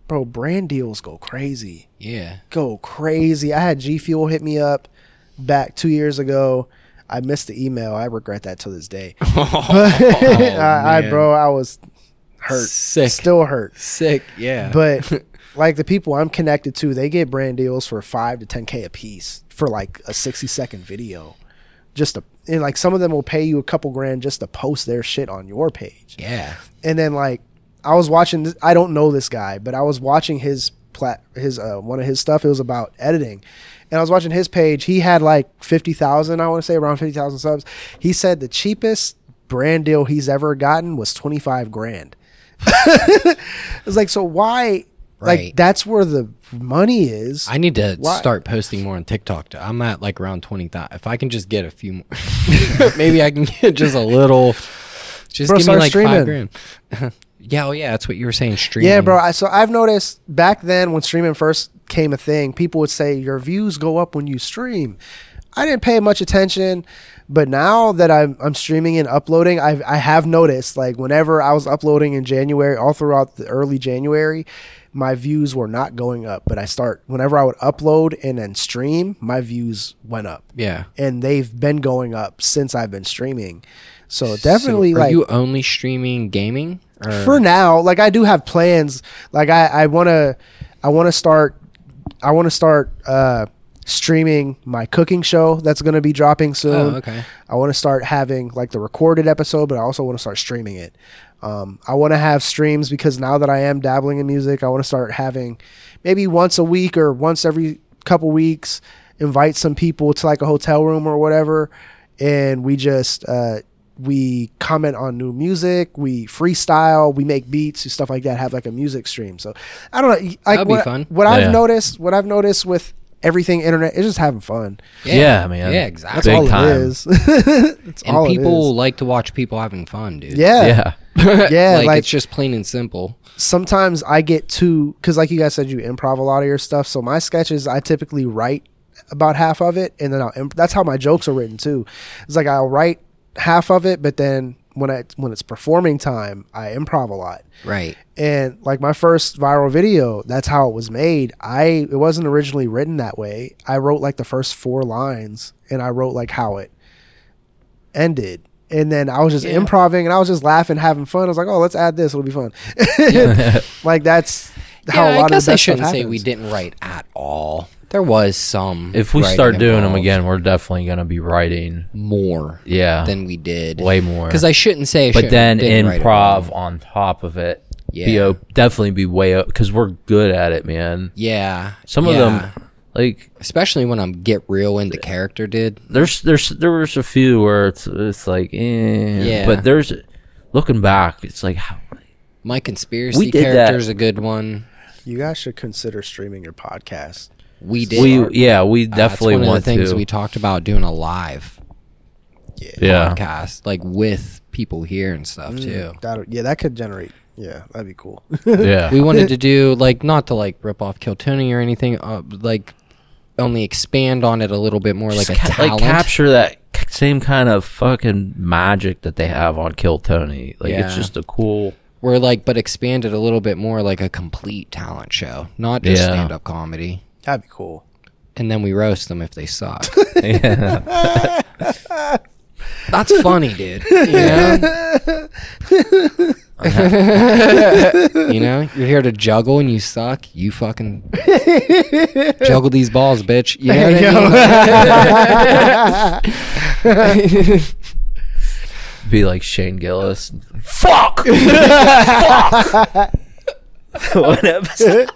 bro, brand deals go crazy. [LAUGHS]
yeah.
Go crazy. I had G Fuel hit me up back 2 years ago. I missed the email. I regret that to this day. [LAUGHS]
[LAUGHS]
I, I
Oh, man.
bro, I was hurt.
Sick.
Still hurt.
Sick. Yeah.
but like the people I'm connected to, they get brand deals for five to ten k a piece for like a sixty second video. Just a and like some of them will pay you a couple grand just to post their shit on your page.
yeah.
And then like I was watching, this, I don't know this guy, but I was watching his plat his uh, one of his stuff. It was about editing. And I was watching his page. He had like 50,000, I want to say around 50,000 subs. He said the cheapest brand deal he's ever gotten was 25 grand. [LAUGHS] It's like, so why? Like,
Right.
that's where the money is.
I need to
Why-
start posting more on TikTok. I'm at like around 20,000. If I can just get a few
[LAUGHS]
more, [LAUGHS] maybe I can get just a little, just give
Bro,
me
start
like
streaming.
five grand. [LAUGHS] yeah. Oh, yeah. That's what you were saying. Streaming.
yeah, bro. I, so I've noticed back then when streaming first came a thing, people would say your views go up when you stream. I didn't pay much attention, but now that I'm, I'm streaming and uploading, I've, I have noticed like whenever I was uploading in January, all throughout the early January, my views were not going up. But I start whenever I would upload and then stream, my views went up.
Yeah.
and they've been going up since I've been streaming. So definitely,
are
like
you only streaming gaming? Or?
for now, like I do have plans. Like I, I wanna, I wanna start, I wanna start uh, streaming my cooking show that's gonna be dropping soon.
Oh, okay.
I want to start having like the recorded episode, but I also want to start streaming it. Um, I want to have streams because now that I am dabbling in music, I want to start having maybe once a week or once every couple weeks, invite some people to like a hotel room or whatever, and we just uh, we comment on new music, we freestyle, we make beats and stuff like that. Have like a music stream. So I don't know. Like,
That'd be
what,
fun.
What I've
Yeah.
noticed, what I've noticed with everything internet is just having fun.
Yeah, man.
Yeah, exactly.
That's Big
all
time.
it is. [LAUGHS] That's
and
all Oh, it
people
is.
like to watch people having fun, dude. [LAUGHS]
Yeah.
Yeah.
yeah,
like,
like,
it's just plain and simple.
sometimes I get too because, like you guys said, you improv a lot of your stuff. So my sketches, I typically write about half of it, and then I'll. Imp- that's how my jokes are written too. It's like I'll write half of it, but then when I when it's performing time, I improv a lot.
Right.
And like my first viral video, that's how it was made. I it wasn't originally written that way. I wrote like the first four lines and I wrote like how it ended. And then I was just
Yeah.
improvising and I was just laughing, having fun. I was like, "Oh, let's add this; it'll
[LAUGHS]
be fun." [LAUGHS] like that's how
yeah,
a lot
I guess
of the
I
best stuff
shouldn't say we
happens.
didn't write at all. There was some.
If we
writing
start doing them
involved.
again, we're definitely gonna be writing.
more
Yeah,
than we did,
way more.
Because I shouldn't say, I
but
shouldn't-
then
didn't write it all.
improv on top of it.
Yeah.
Be o- definitely be way up because we're good at it, man.
Yeah,
Some of
yeah.
them, like
especially when I'm get real into character, dude.
there's there's there was a few where it's it's like, eh.
Yeah.
But there's looking back, it's like how-
My conspiracy
We did that.
character's a good one.
You guys should consider streaming your podcast.
We did.
we yeah we definitely
That's Uh, one
want
of the things
to
we talked about doing a live
yeah
podcast, like with people here and stuff
Mm.
too.
That yeah, that could generate. Yeah, that'd be
[LAUGHS]
cool.
yeah
We wanted to do like not to like rip off Kill Tony or anything, uh, like only expand on it a little bit more, like a
Just ca-
talent.
capture that c- same kind of fucking magic that they have on Kill Tony. Like it's
Yeah.
just a cool.
We're like, but expand it a little bit more, like a complete talent show, not just
Yeah.
stand up comedy.
that'd be cool.
And then we roast them if they suck. [LAUGHS]
yeah,
That's funny, dude. You know? you know, [LAUGHS] you're here to juggle and you suck. You fucking juggle these balls, bitch. You know what I mean?
be like Shane Gillis.
[LAUGHS]
Fuck. Fuck. What episode?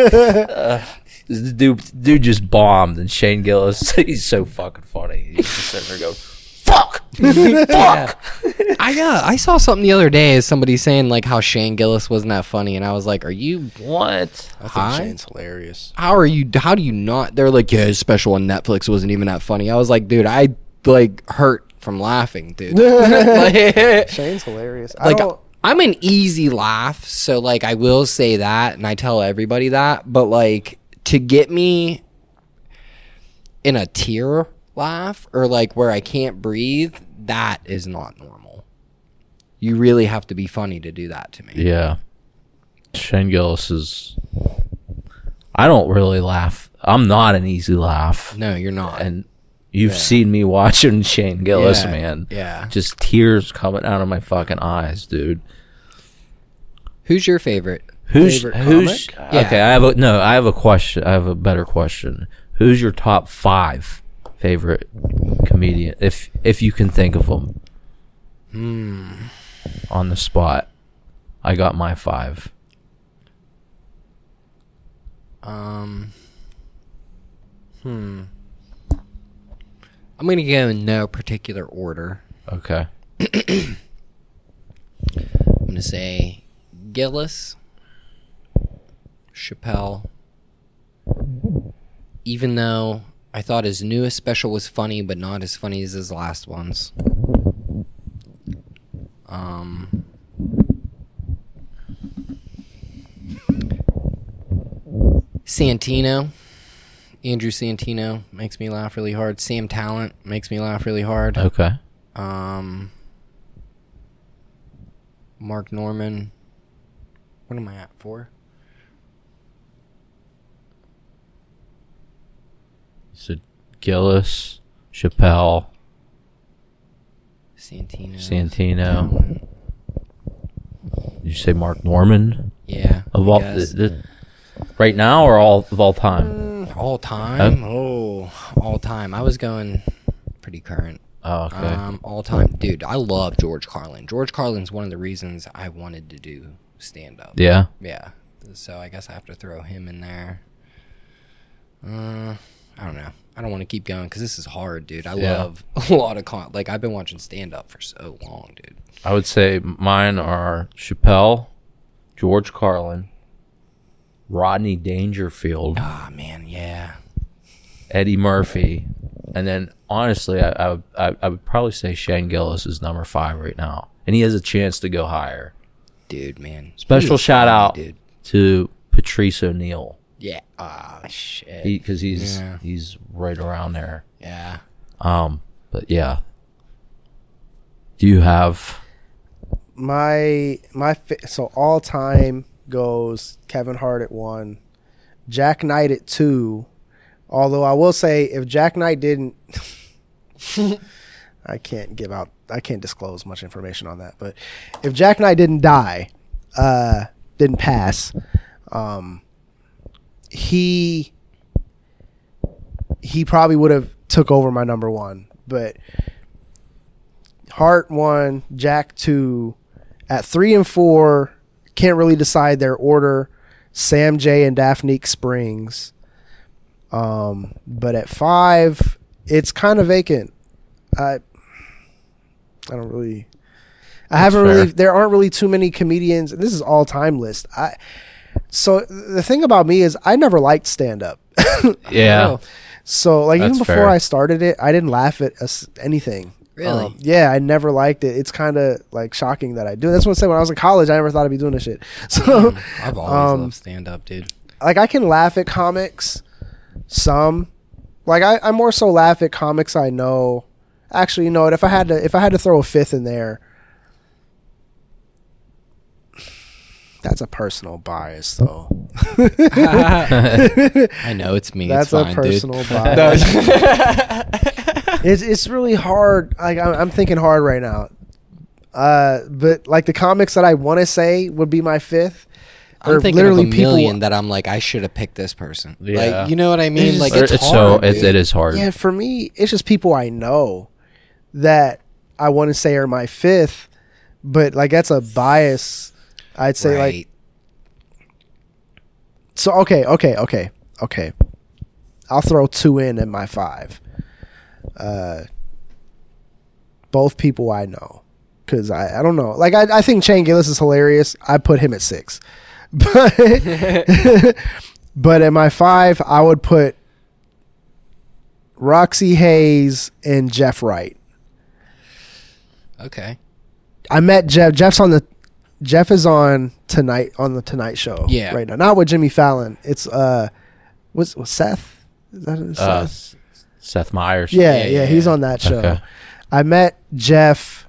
Uh, this dude, dude just bombed, and Shane Gillis. [LAUGHS] He's so fucking funny. He's just sitting there going,
[LAUGHS]
"Fuck, fuck."
I uh, I saw something the other day as somebody saying like how Shane Gillis wasn't that funny, and I was like, "Are you
What?
I think
Hi.
Shane's hilarious.
how are you how do you not they're like yeah his special on netflix wasn't even that funny i was like dude i like hurt from laughing dude like, [LAUGHS]
Shane's hilarious. I
like
don't,
i'm an easy laugh so like i will say that and i tell everybody that but like to get me in a tear laugh or like where i can't breathe that is not normal you really have to be funny to do that to me
Yeah. Shane Gillis is. I don't really laugh. I'm not an easy laugh.
no you're not
And you've seen me watching Shane Gillis,
Yeah,
man.
yeah.
Just tears coming out of my fucking eyes, dude.
who's your favorite
Who's
Favorite
who's
Yeah.
okay? I have a no. I have a question. I have a better question. Who's your top five favorite comedian? If if you can think of them, hmm. on the spot, I got my five.
Um. Hmm. I'm gonna go in no particular order.
Okay.
I'm gonna say Gillis, Chappelle. Even though I thought his newest special was funny, but not as funny as his last ones. Um. Santino. Andrew Santino makes me laugh really hard. Sam Talent makes me laugh really hard.
Okay.
Um, Mark Norman. What am I at for?
So Gillis, Chappelle,
Santino.
Santino. You say Mark Norman
Yeah.
of
I
all
guess.
th- th- right now or all of all time?
all time. Oh, all time. I was going pretty current.
Oh, okay.
Um, all time, dude. I love George Carlin. George Carlin's one of the reasons I wanted to do stand up.
yeah.
Yeah. So I guess I have to throw him in there. Uh, I don't know. I don't want to keep going because this is hard, dude. I
Yeah.
love [LAUGHS] a lot of con. Like I've been watching stand up for so long, dude.
I would say mine are Chappelle, George Carlin, Rodney Dangerfield,
Ah, man, yeah.
Eddie Murphy, and then honestly, I, I, would- I, I would probably say Shane Gillis is number five right now, and he has a chance to go higher.
Dude, man.
Special shout out
dude.
to Patrice O'Neill.
Yeah. Ah, shit.
because he's
Yeah.
he's right around there.
yeah.
Um, but yeah. Do you have
my my fa- so all time goes Kevin Hart at one, Jack Knight at two. Although I will say, if Jack Knight didn't, [LAUGHS] I can't give out, I can't disclose much information on that. But if Jack Knight didn't die, uh, didn't pass, um, he he probably would have took over my number one. But Hart one, Jack two, at three and four can't really decide their order. Sam J and Daphne Springs. Um, but at five, it's kind of vacant. I I don't really. I haven't
fair.
really. There aren't really too many comedians. And this is all time list. I. So the thing about me is I never liked stand [LAUGHS] up.
[LAUGHS]
[LAUGHS]
Yeah.
So like
That's
even before
fair.
I started it, I didn't laugh at us anything. Um,
Really?
yeah, I never liked it. It's kind of like shocking that I do. That's what I said when I was in college. I never thought I'd be doing this shit. [LAUGHS] So
I've always
Um,
loved stand up, dude.
like I can laugh at comics, some. Like I, I more so laugh at comics I know. Actually, you know what? If I had to, if I had to throw a fifth in there, that's a personal bias, though. [LAUGHS]
I know it's me. it's
That's
fine,
a
dude. [LAUGHS]
personal bias. It's it's really hard. Like I'm, I'm thinking hard right now. Uh, but like the comics that I want to say would be my fifth.
I'm
or
thinking
literally
of a
people-
million that I'm like, I should have picked this person.
Yeah.
Like, you know what I mean? Like,
Or
it's,
it's
hard.
so it,
dude.
it is hard.
Yeah, for me, it's just people I know that I want to say are my fifth. But like that's a bias. I'd say like
right.
so. Okay, okay, okay, okay. I'll throw two in at my five. Uh, both people I know, because I, I don't know. Like I, I think Shane Gillis is hilarious. I put him at six, [LAUGHS] but but at my five, I would put Roxy Hayes and Jeff Wright.
okay.
I met Jeff. Jeff's on the. Jeff is on tonight on the Tonight Show.
Yeah.
Right now, not with Jimmy Fallon. It's uh, was was Seth? Is that his-
Uh,
Seth?
S- Seth Meyers.
Yeah, yeah,
yeah, yeah,
he's
yeah.
on that show.
Okay.
I met Jeff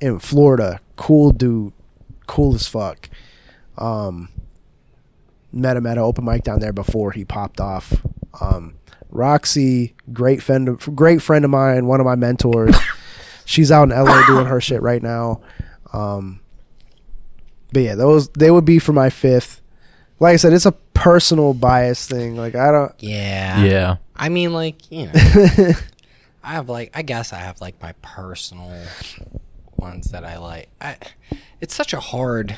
in Florida. Cool dude, cool as fuck. Um, met him at an open mic down there before he popped off. Um, Roxy, great friend, of, great friend of mine, one of
[LAUGHS]
my mentors. She's out in LA doing her shit right now. Um, but yeah, those they would be for my fifth. Like I said, it's a personal bias thing. Like I don't.
Yeah.
Yeah.
I mean, like,
[LAUGHS]
you know, I have like, I guess I have like my personal ones that I like. I, it's such a hard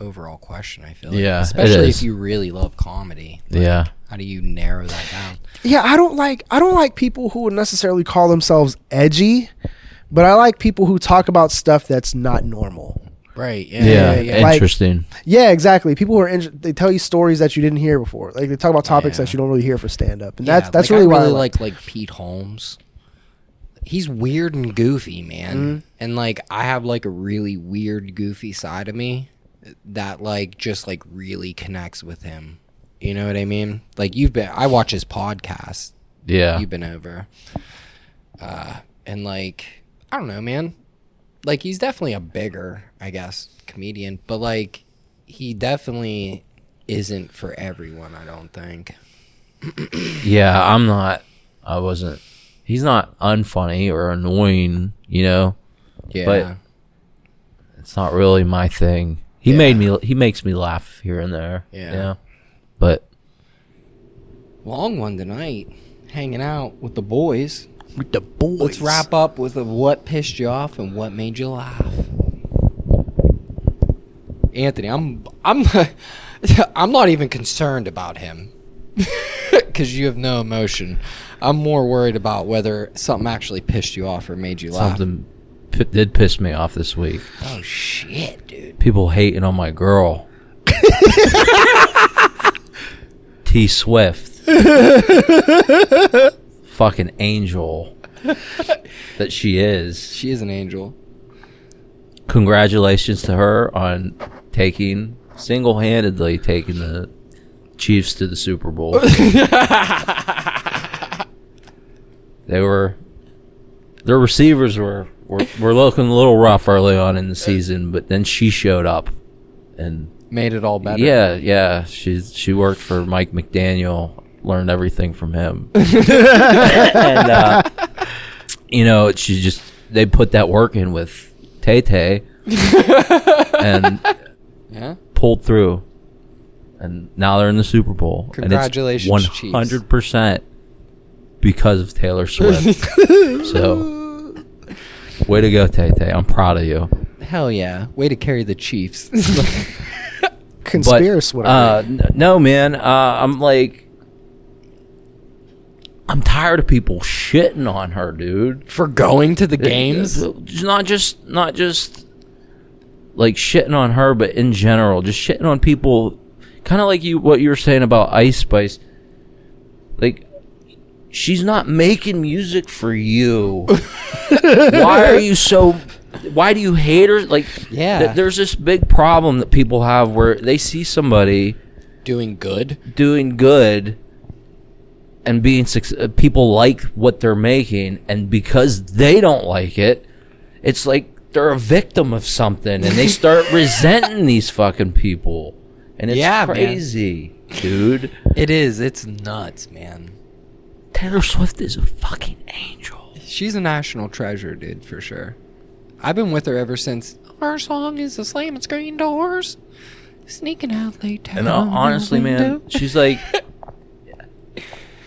overall question. I feel like,
Yeah, it
especially
is.
if you really love comedy.
Yeah.
How do you narrow that down?
Yeah, I don't like I don't like people who would necessarily call themselves edgy, but I like people who talk about stuff that's not normal.
Right.
Yeah.
yeah, yeah. Like-
Interesting.
Yeah, exactly. People who are inter- they tell you stories that you didn't hear before. Like they talk about topics
Yeah.
that you don't really hear for stand up. And
Yeah,
that's that's
like,
really,
I
why
really
I like.
like like Pete Holmes. He's weird and goofy, man.
Mm-hmm.
And like I have like a really weird goofy side of me that like just like really connects with him. You know what I mean? Like you've been I watch his podcast
Yeah.
you've been over. Uh and like I don't know, man. Like he's definitely a bigger, I guess, comedian, but like he definitely isn't for everyone, I don't think.
Yeah. I'm not. I wasn't. He's not unfunny or annoying. You know,
Yeah.
it's not really my thing. He made me. He makes me laugh here and there.
Yeah.
You know? But
long one tonight, hanging out with the boys.
With the boys.
Let's wrap up with a what pissed you off and what made you laugh. Anthony, I'm I'm [LAUGHS] I'm not even concerned about him [LAUGHS] because you have no emotion. I'm more worried about whether something actually pissed you off or made you laugh.
something p- did piss me off this week.
Oh shit, dude!
People hating on my girl. T Swift. Fucking angel that she is.
She is an angel.
congratulations to her on taking single-handedly taking the Chiefs to the Super Bowl. they were their receivers were we're, we're looking a little rough early on in the season, but then she showed up, and
Made it all better.
yeah, yeah, she's she worked for Mike McDaniel, learned everything from
[LAUGHS]
him, and uh, you know she just they put that work in with Tay Tay,
[LAUGHS]
and
Yeah.
pulled through, and now they're in the Super Bowl.
Congratulations,
one
Chiefs.
hundred percent because of Taylor
[LAUGHS]
Swift. so, way to go, Tay Tay. I'm proud of you.
Hell yeah. Way to carry the Chiefs.
But,
Conspiracy. whatever.
uh, n- no, man. Uh, I'm like, I'm tired of people shitting on her, dude.
[LAUGHS] For going to the games?
not just not just like shitting on her, but in general, just shitting on people. Kind of like you, what you were saying about Ice Spice. Like, she's not making music for
[LAUGHS]
you. why are you so? Why do you hate her? Like,
Yeah.
th- there's this big problem that people have where they see somebody
Doing good?
doing good and being suc- uh, people like what they're making and because they don't like it it's like they're a victim of something and they [LAUGHS] start resenting these fucking people and it's
Yeah, man.
crazy dude
It is. It's nuts, man.
taylor swift is a fucking angel
She's a national treasure, dude, for sure. I've been with her ever since. Her song is the slamming screen doors, sneaking out late
and
down
hon-
the
honestly man [LAUGHS]
window.
she's like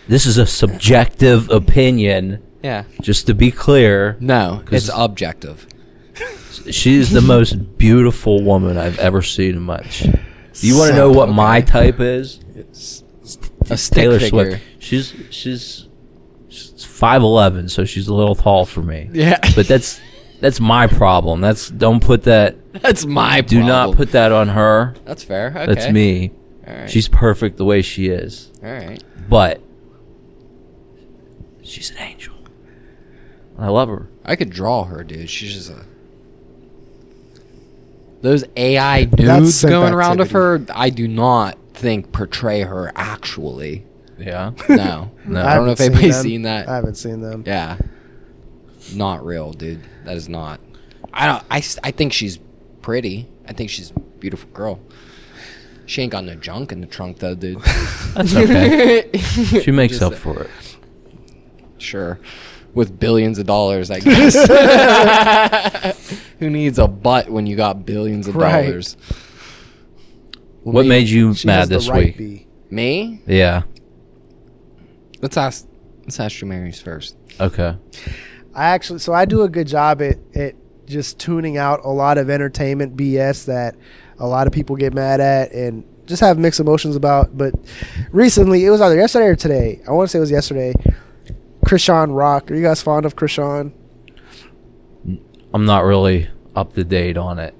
this is a subjective opinion
yeah,
just to be clear
no,
'Cause-
it's objective.
She's the most beautiful woman I've ever seen in my. She, you want to know what my type is?
A stick
Taylor
figure.
Swift. She's she's five eleven, so she's a little tall for me.
Yeah,
[LAUGHS] But that's that's my problem. That's don't put that.
[LAUGHS] that's my.
Do not put that on her.
That's fair. Okay.
That's me.
All right.
She's perfect the way she is,
all right.
but she's an angel. I love her.
I could draw her, dude. She's just a. Those AI
That's
dudes
simp
going around with her, I do not think portray her actually.
Yeah.
No,
[LAUGHS]
no. I, don't know if
haven't
anybody's
them.
seen that.
I haven't seen them.
Yeah. Not real, dude. That is not. I don't. I, s- I think she's pretty. I think she's a beautiful girl. She ain't got no junk in the trunk though,
[LAUGHS]
dude.
That's okay. She makes
Just-
up for it.
[LAUGHS] sure. With billions of dollars, I
[LAUGHS]
guess. [LAUGHS] Who needs a butt when you got billions of
Right.
dollars?
What made you
She
mad
has the
this
right
week?
bee.
Me?
Yeah.
Let's ask. Let's ask your Marys first.
Okay.
I actually, so I do a good job at, at just tuning out a lot of entertainment BS that a lot of people get mad at and just have mixed emotions about. But recently, it was either yesterday or today. I want to say it was yesterday. Krishan Rock. Are you guys fond of Krishan?
I'm not really up to date on it.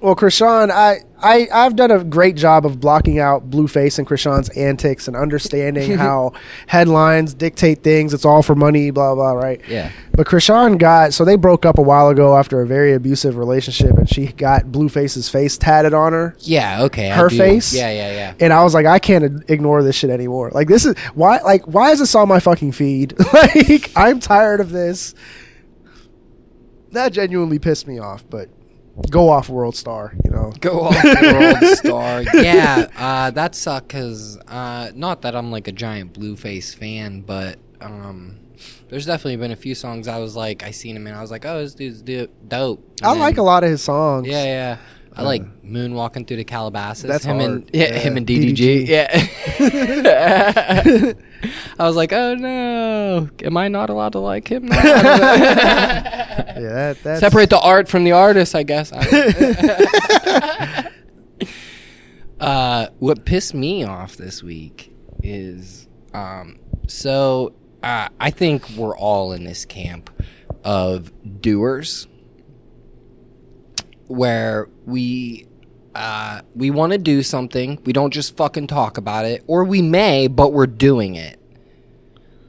Well, Krishan, I, I, I've done a great job of blocking out Blueface and Krishan's antics and understanding how headlines dictate things. It's all for money, blah, blah, right?
Yeah.
But Krishan got, so they broke up a while ago after a very abusive relationship, and she got Blueface's face tatted on her.
Yeah. Okay. I
Her
do.
face?
Yeah. Yeah. Yeah.
And I was like, I can't ig- ignore this shit anymore. Like, this is, why, like, why is this on my fucking feed? [LAUGHS] like, I'm tired of this. That genuinely pissed me off, but go off, world star, you know?
Go off [LAUGHS] world star. Yeah, uh, that sucked because uh, not that I'm like a giant Blueface fan, but um, there's definitely been a few songs I was like, I seen him and I was like, oh, this dude's do- dope.
I like a lot of his songs.
Yeah, yeah. I like Moonwalking Through the Calabasas.
That's
him
hard.
and yeah, him
Yeah.
and DDG.
DDG. [LAUGHS]
Yeah. [LAUGHS] I was like, oh no, am I not allowed to like him? Now? I don't know.
[LAUGHS] Yeah, that, that's,
Separate the art from the artist, I guess. I- [LAUGHS] uh, what pissed me off this week is um, so uh, I think we're all in this camp of doers where we uh, we want to do something. We don't just fucking talk about it, or we may, but we're doing it.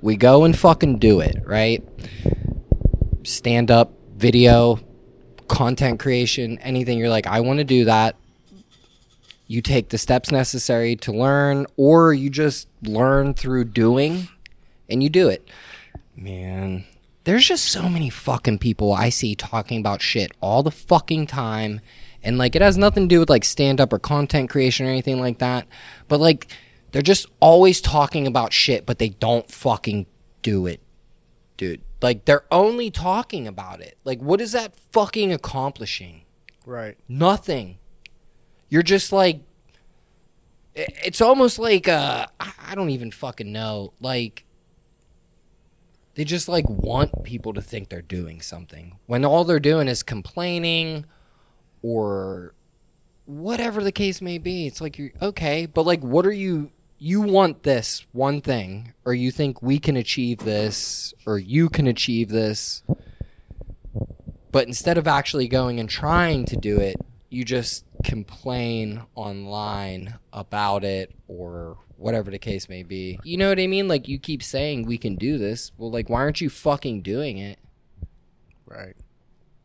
We go and fucking do it, right? Stand up, video, content creation, anything. You're like, I want to do that. You take the steps necessary to learn, or you just learn through doing and you do it. Man, There's just so many fucking people I see talking about shit all the fucking time. And like it has nothing to do with like stand up or content creation or anything like that. But like they're just always talking about shit, but they don't fucking do it, dude. Like they're only talking about it. Like what is that fucking accomplishing?
Right.
Nothing. You're just like i- it's almost like uh I I don't even fucking know. Like they just like want people to think they're doing something when all they're doing is complaining or whatever the case may be. It's like you're okay, but like what are you you want this one thing or you think we can achieve this or you can achieve this but instead of actually going and trying to do it, you just complain online about it or whatever the case may be. You know what I mean? Like you keep saying we can do this. Well, like why aren't you fucking doing it?
Right.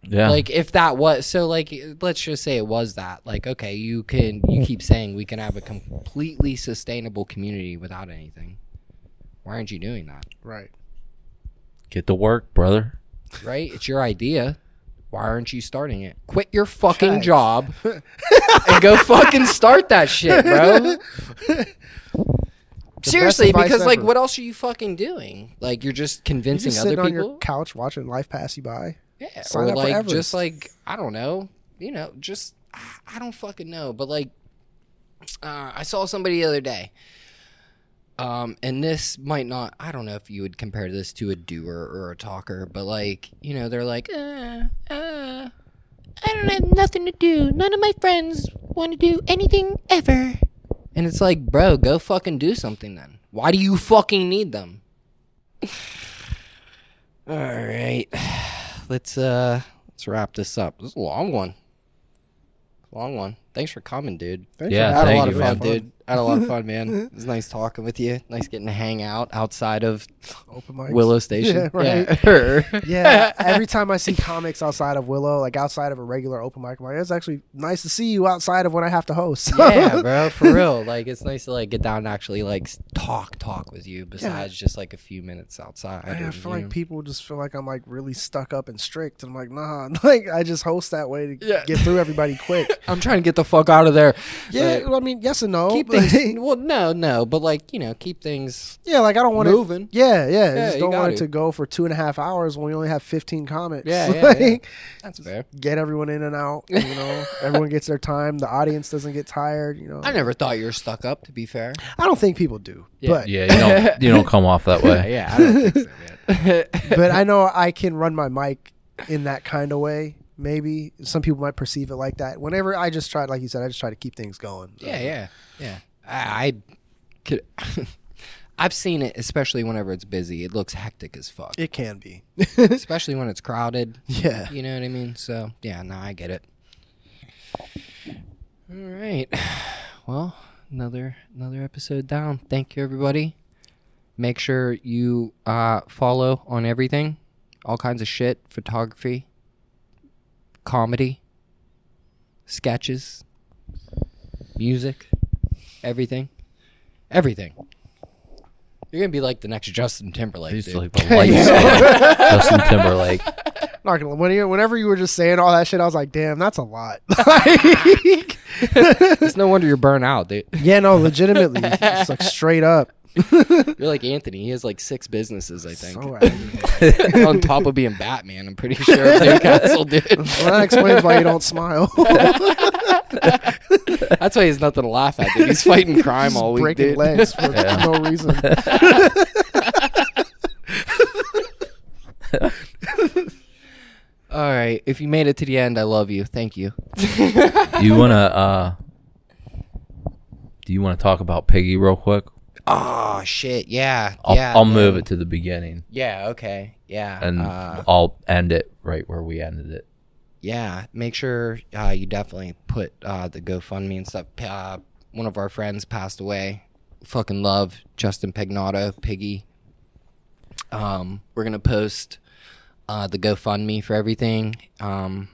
Yeah.
Like if that was so like let's just say it was that. Like okay, you can you keep saying we can have a completely sustainable community without anything. Why aren't you doing that?
Right.
Get to work, brother.
right? It's your idea. Why aren't you starting it? Quit your fucking
Facts. [LAUGHS]
job and go fucking start that shit,
[LAUGHS]
bro. Seriously,
advice
because like,
ever.
what else are you fucking doing? Like, you're just
You
convincing
just
other
sitting
people,
on your couch watching life pass you by.
yeah,
sign
or
up for
like,
Everest.
just like, I don't know, you know, just I- I don't fucking know, but like, uh, I saw somebody the other day. Um, and this might not, I don't know if you would compare this to a doer or a talker, but like, you know, they're like, uh, uh, I don't have nothing to do. None of my friends want to do anything ever. And it's like, bro, go fucking do something then. Why do you fucking need them? [SIGHS] All right. Let's uh let's wrap this up. This is a long one. Long one. Thanks for coming, dude.
Thanks
Yeah,
for
I had
having
thank
a lot
me.
you,
of
man.
fun, dude. I had a lot of fun, [LAUGHS] man. It was nice talking with you. Nice getting to hang out outside of
Open
[LAUGHS]
mics.
Willow Station.
[LAUGHS] Yeah, right.
Yeah. [LAUGHS]
Yeah, every time I see comics outside of Willow, like outside of a regular open mic, I'm like, it's actually nice to see you outside of when I have to host. [LAUGHS]
yeah, bro, [LAUGHS] for real. Like it's nice to like get down and actually like s- talk talk with you besides just like a few minutes outside.
Man, I
and,
feel
you
like
know.
people just feel like I'm like really stuck up and strict. And I'm like, nah, [LAUGHS] like I just host that way to
Yeah.
get through everybody
[LAUGHS]
quick.
I'm trying to get the fuck out of there.
yeah,
Like,
well, I mean, yes and
[LAUGHS]
no.
keep
but-
things well no, no, but like, you know, keep things
yeah, like I don't want to.
moving.
Yeah, yeah. I
Yeah,
just
you
don't
got
want it
to.
to go for two and a half hours when we only have 15 comics. [LAUGHS]
Yeah, yeah, yeah.
Like,
That's fair.
Get everyone in and out.
[LAUGHS]
You know, everyone gets their time. The audience doesn't get tired. You know,
I never thought you were stuck up, to be fair.
I don't think people do,
Yeah.
but
Yeah, you don't you don't come off that way.
Uh, [LAUGHS] yeah, I don't think so, man. [LAUGHS]
but I know I can run my mic in that kind of way. Maybe some people might perceive it like that. Whenever I just try, like you said, I just try to keep things going.
Yeah, yeah, yeah. I, I could. [LAUGHS] I've seen it, especially whenever it's busy. It [LAUGHS] looks hectic as fuck,
it can be.
especially when it's crowded.
yeah,
You know what I mean? So yeah, no, I get it. All right. [SIGHS] Well, another another episode down. Thank you, everybody. Make sure you uh, follow on everything, all kinds of shit, photography, comedy, sketches, music, everything, everything. You're gonna be like the next Justin Timberlake.
He's
dude. [LAUGHS]
like the lights out. Justin Timberlake.
not gonna. When you, whenever you were just saying all that shit, I was like, damn, that's
[LAUGHS]
a lot. [LAUGHS] Like- [LAUGHS]
it's no wonder you're burnt out, dude. [LAUGHS]
yeah, no, legitimately, just like straight up.
You're like Anthony. He has like six businesses, I think.
So
[LAUGHS]
angry.
On top of being Batman, I'm pretty sure of Newcastle, [LAUGHS] dude.
well, that explains why you don't smile. [LAUGHS]
That's why he's nothing to laugh at, dude. He's fighting crime all week,
breaking
dude.
legs for
Yeah.
no reason.
[LAUGHS] All right. If you made it to the end, I love you. Thank you.
You wanna uh do you wanna talk about Piggy real quick?
Oh shit. Yeah.
I'll,
yeah.
I'll move it to the beginning
Yeah. Okay. Yeah.
and
uh,
I'll end it right where we ended it.
yeah. Make sure uh, you definitely put uh, the GoFundMe and stuff. Uh, one of our friends passed away. Fucking love Justin Pignato, Piggy. Um, we're gonna post uh, the GoFundMe for everything um,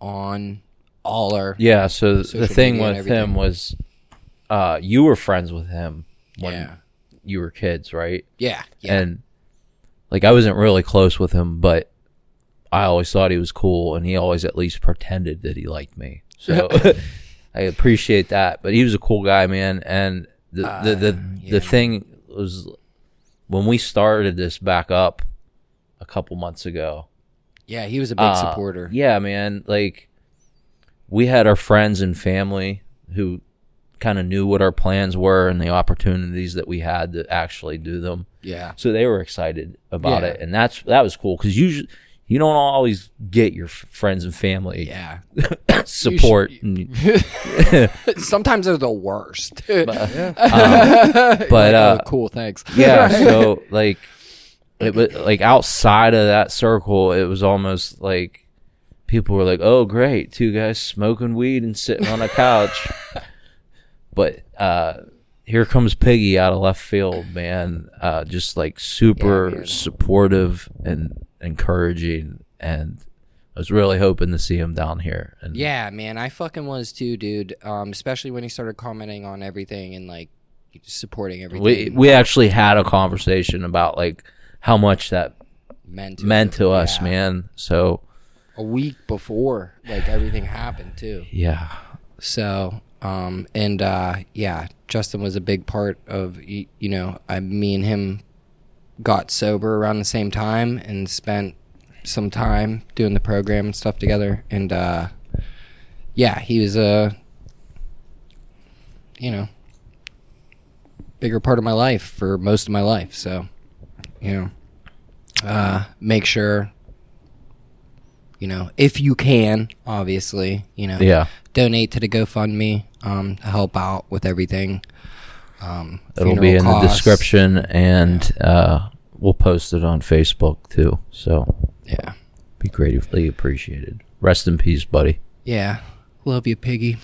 on all our
Yeah, so th- the
Social
thing
media and
with him
everything.
was uh you were friends with him when
Yeah.
you were kids, right?
yeah yeah
And Like I wasn't really close with him, but I always thought he was cool, and he always at least pretended that he liked me. So [LAUGHS] I appreciate that. But he was a cool guy, man. And the the the,
Uh, yeah.
the thing was when we started this back up a couple months ago.
Yeah, he was a big
Uh,
supporter.
Yeah, man. Like we had our friends and family who kind of knew what our plans were and the opportunities that we had to actually do them.
Yeah.
So they were excited about
Yeah.
it, and that's that was cool because usually you don't always get your f- friends and family
Yeah.
support. and-
Sometimes they're the worst. [LAUGHS] Oh,
but uh,
cool, thanks.
yeah, so like it was like outside of that circle, it was almost like people were like, "Oh, great, two guys smoking weed and sitting on a
[LAUGHS]
couch." but uh here comes Piggy out of left field, man. Uh just like super
Yeah, man.
supportive and encouraging and I was really hoping to see him down here. And
Yeah, man, I fucking was too, dude. Um, especially when he started commenting on everything and like supporting everything.
we we actually had a conversation about like how much that
meant to,
meant to us,
Yeah.
man. So
A week before, like everything happened too.
yeah.
So, um, and uh, yeah, Justin was a big part of y- you know, I, me and him got sober around the same time and spent some time doing the program and stuff together. And uh, yeah, he was a you know bigger part of my life for most of my life. So, you know, uh, make sure. You know, if you can, obviously, you know,
Yeah.
donate to the GoFundMe um, to help out with everything. Um,
It'll be
funeral
in the
costs.
description and uh, we'll post it on Facebook too. So
Yeah.
be gratefully appreciated. Rest in peace, buddy.
Yeah. Love you, Piggy.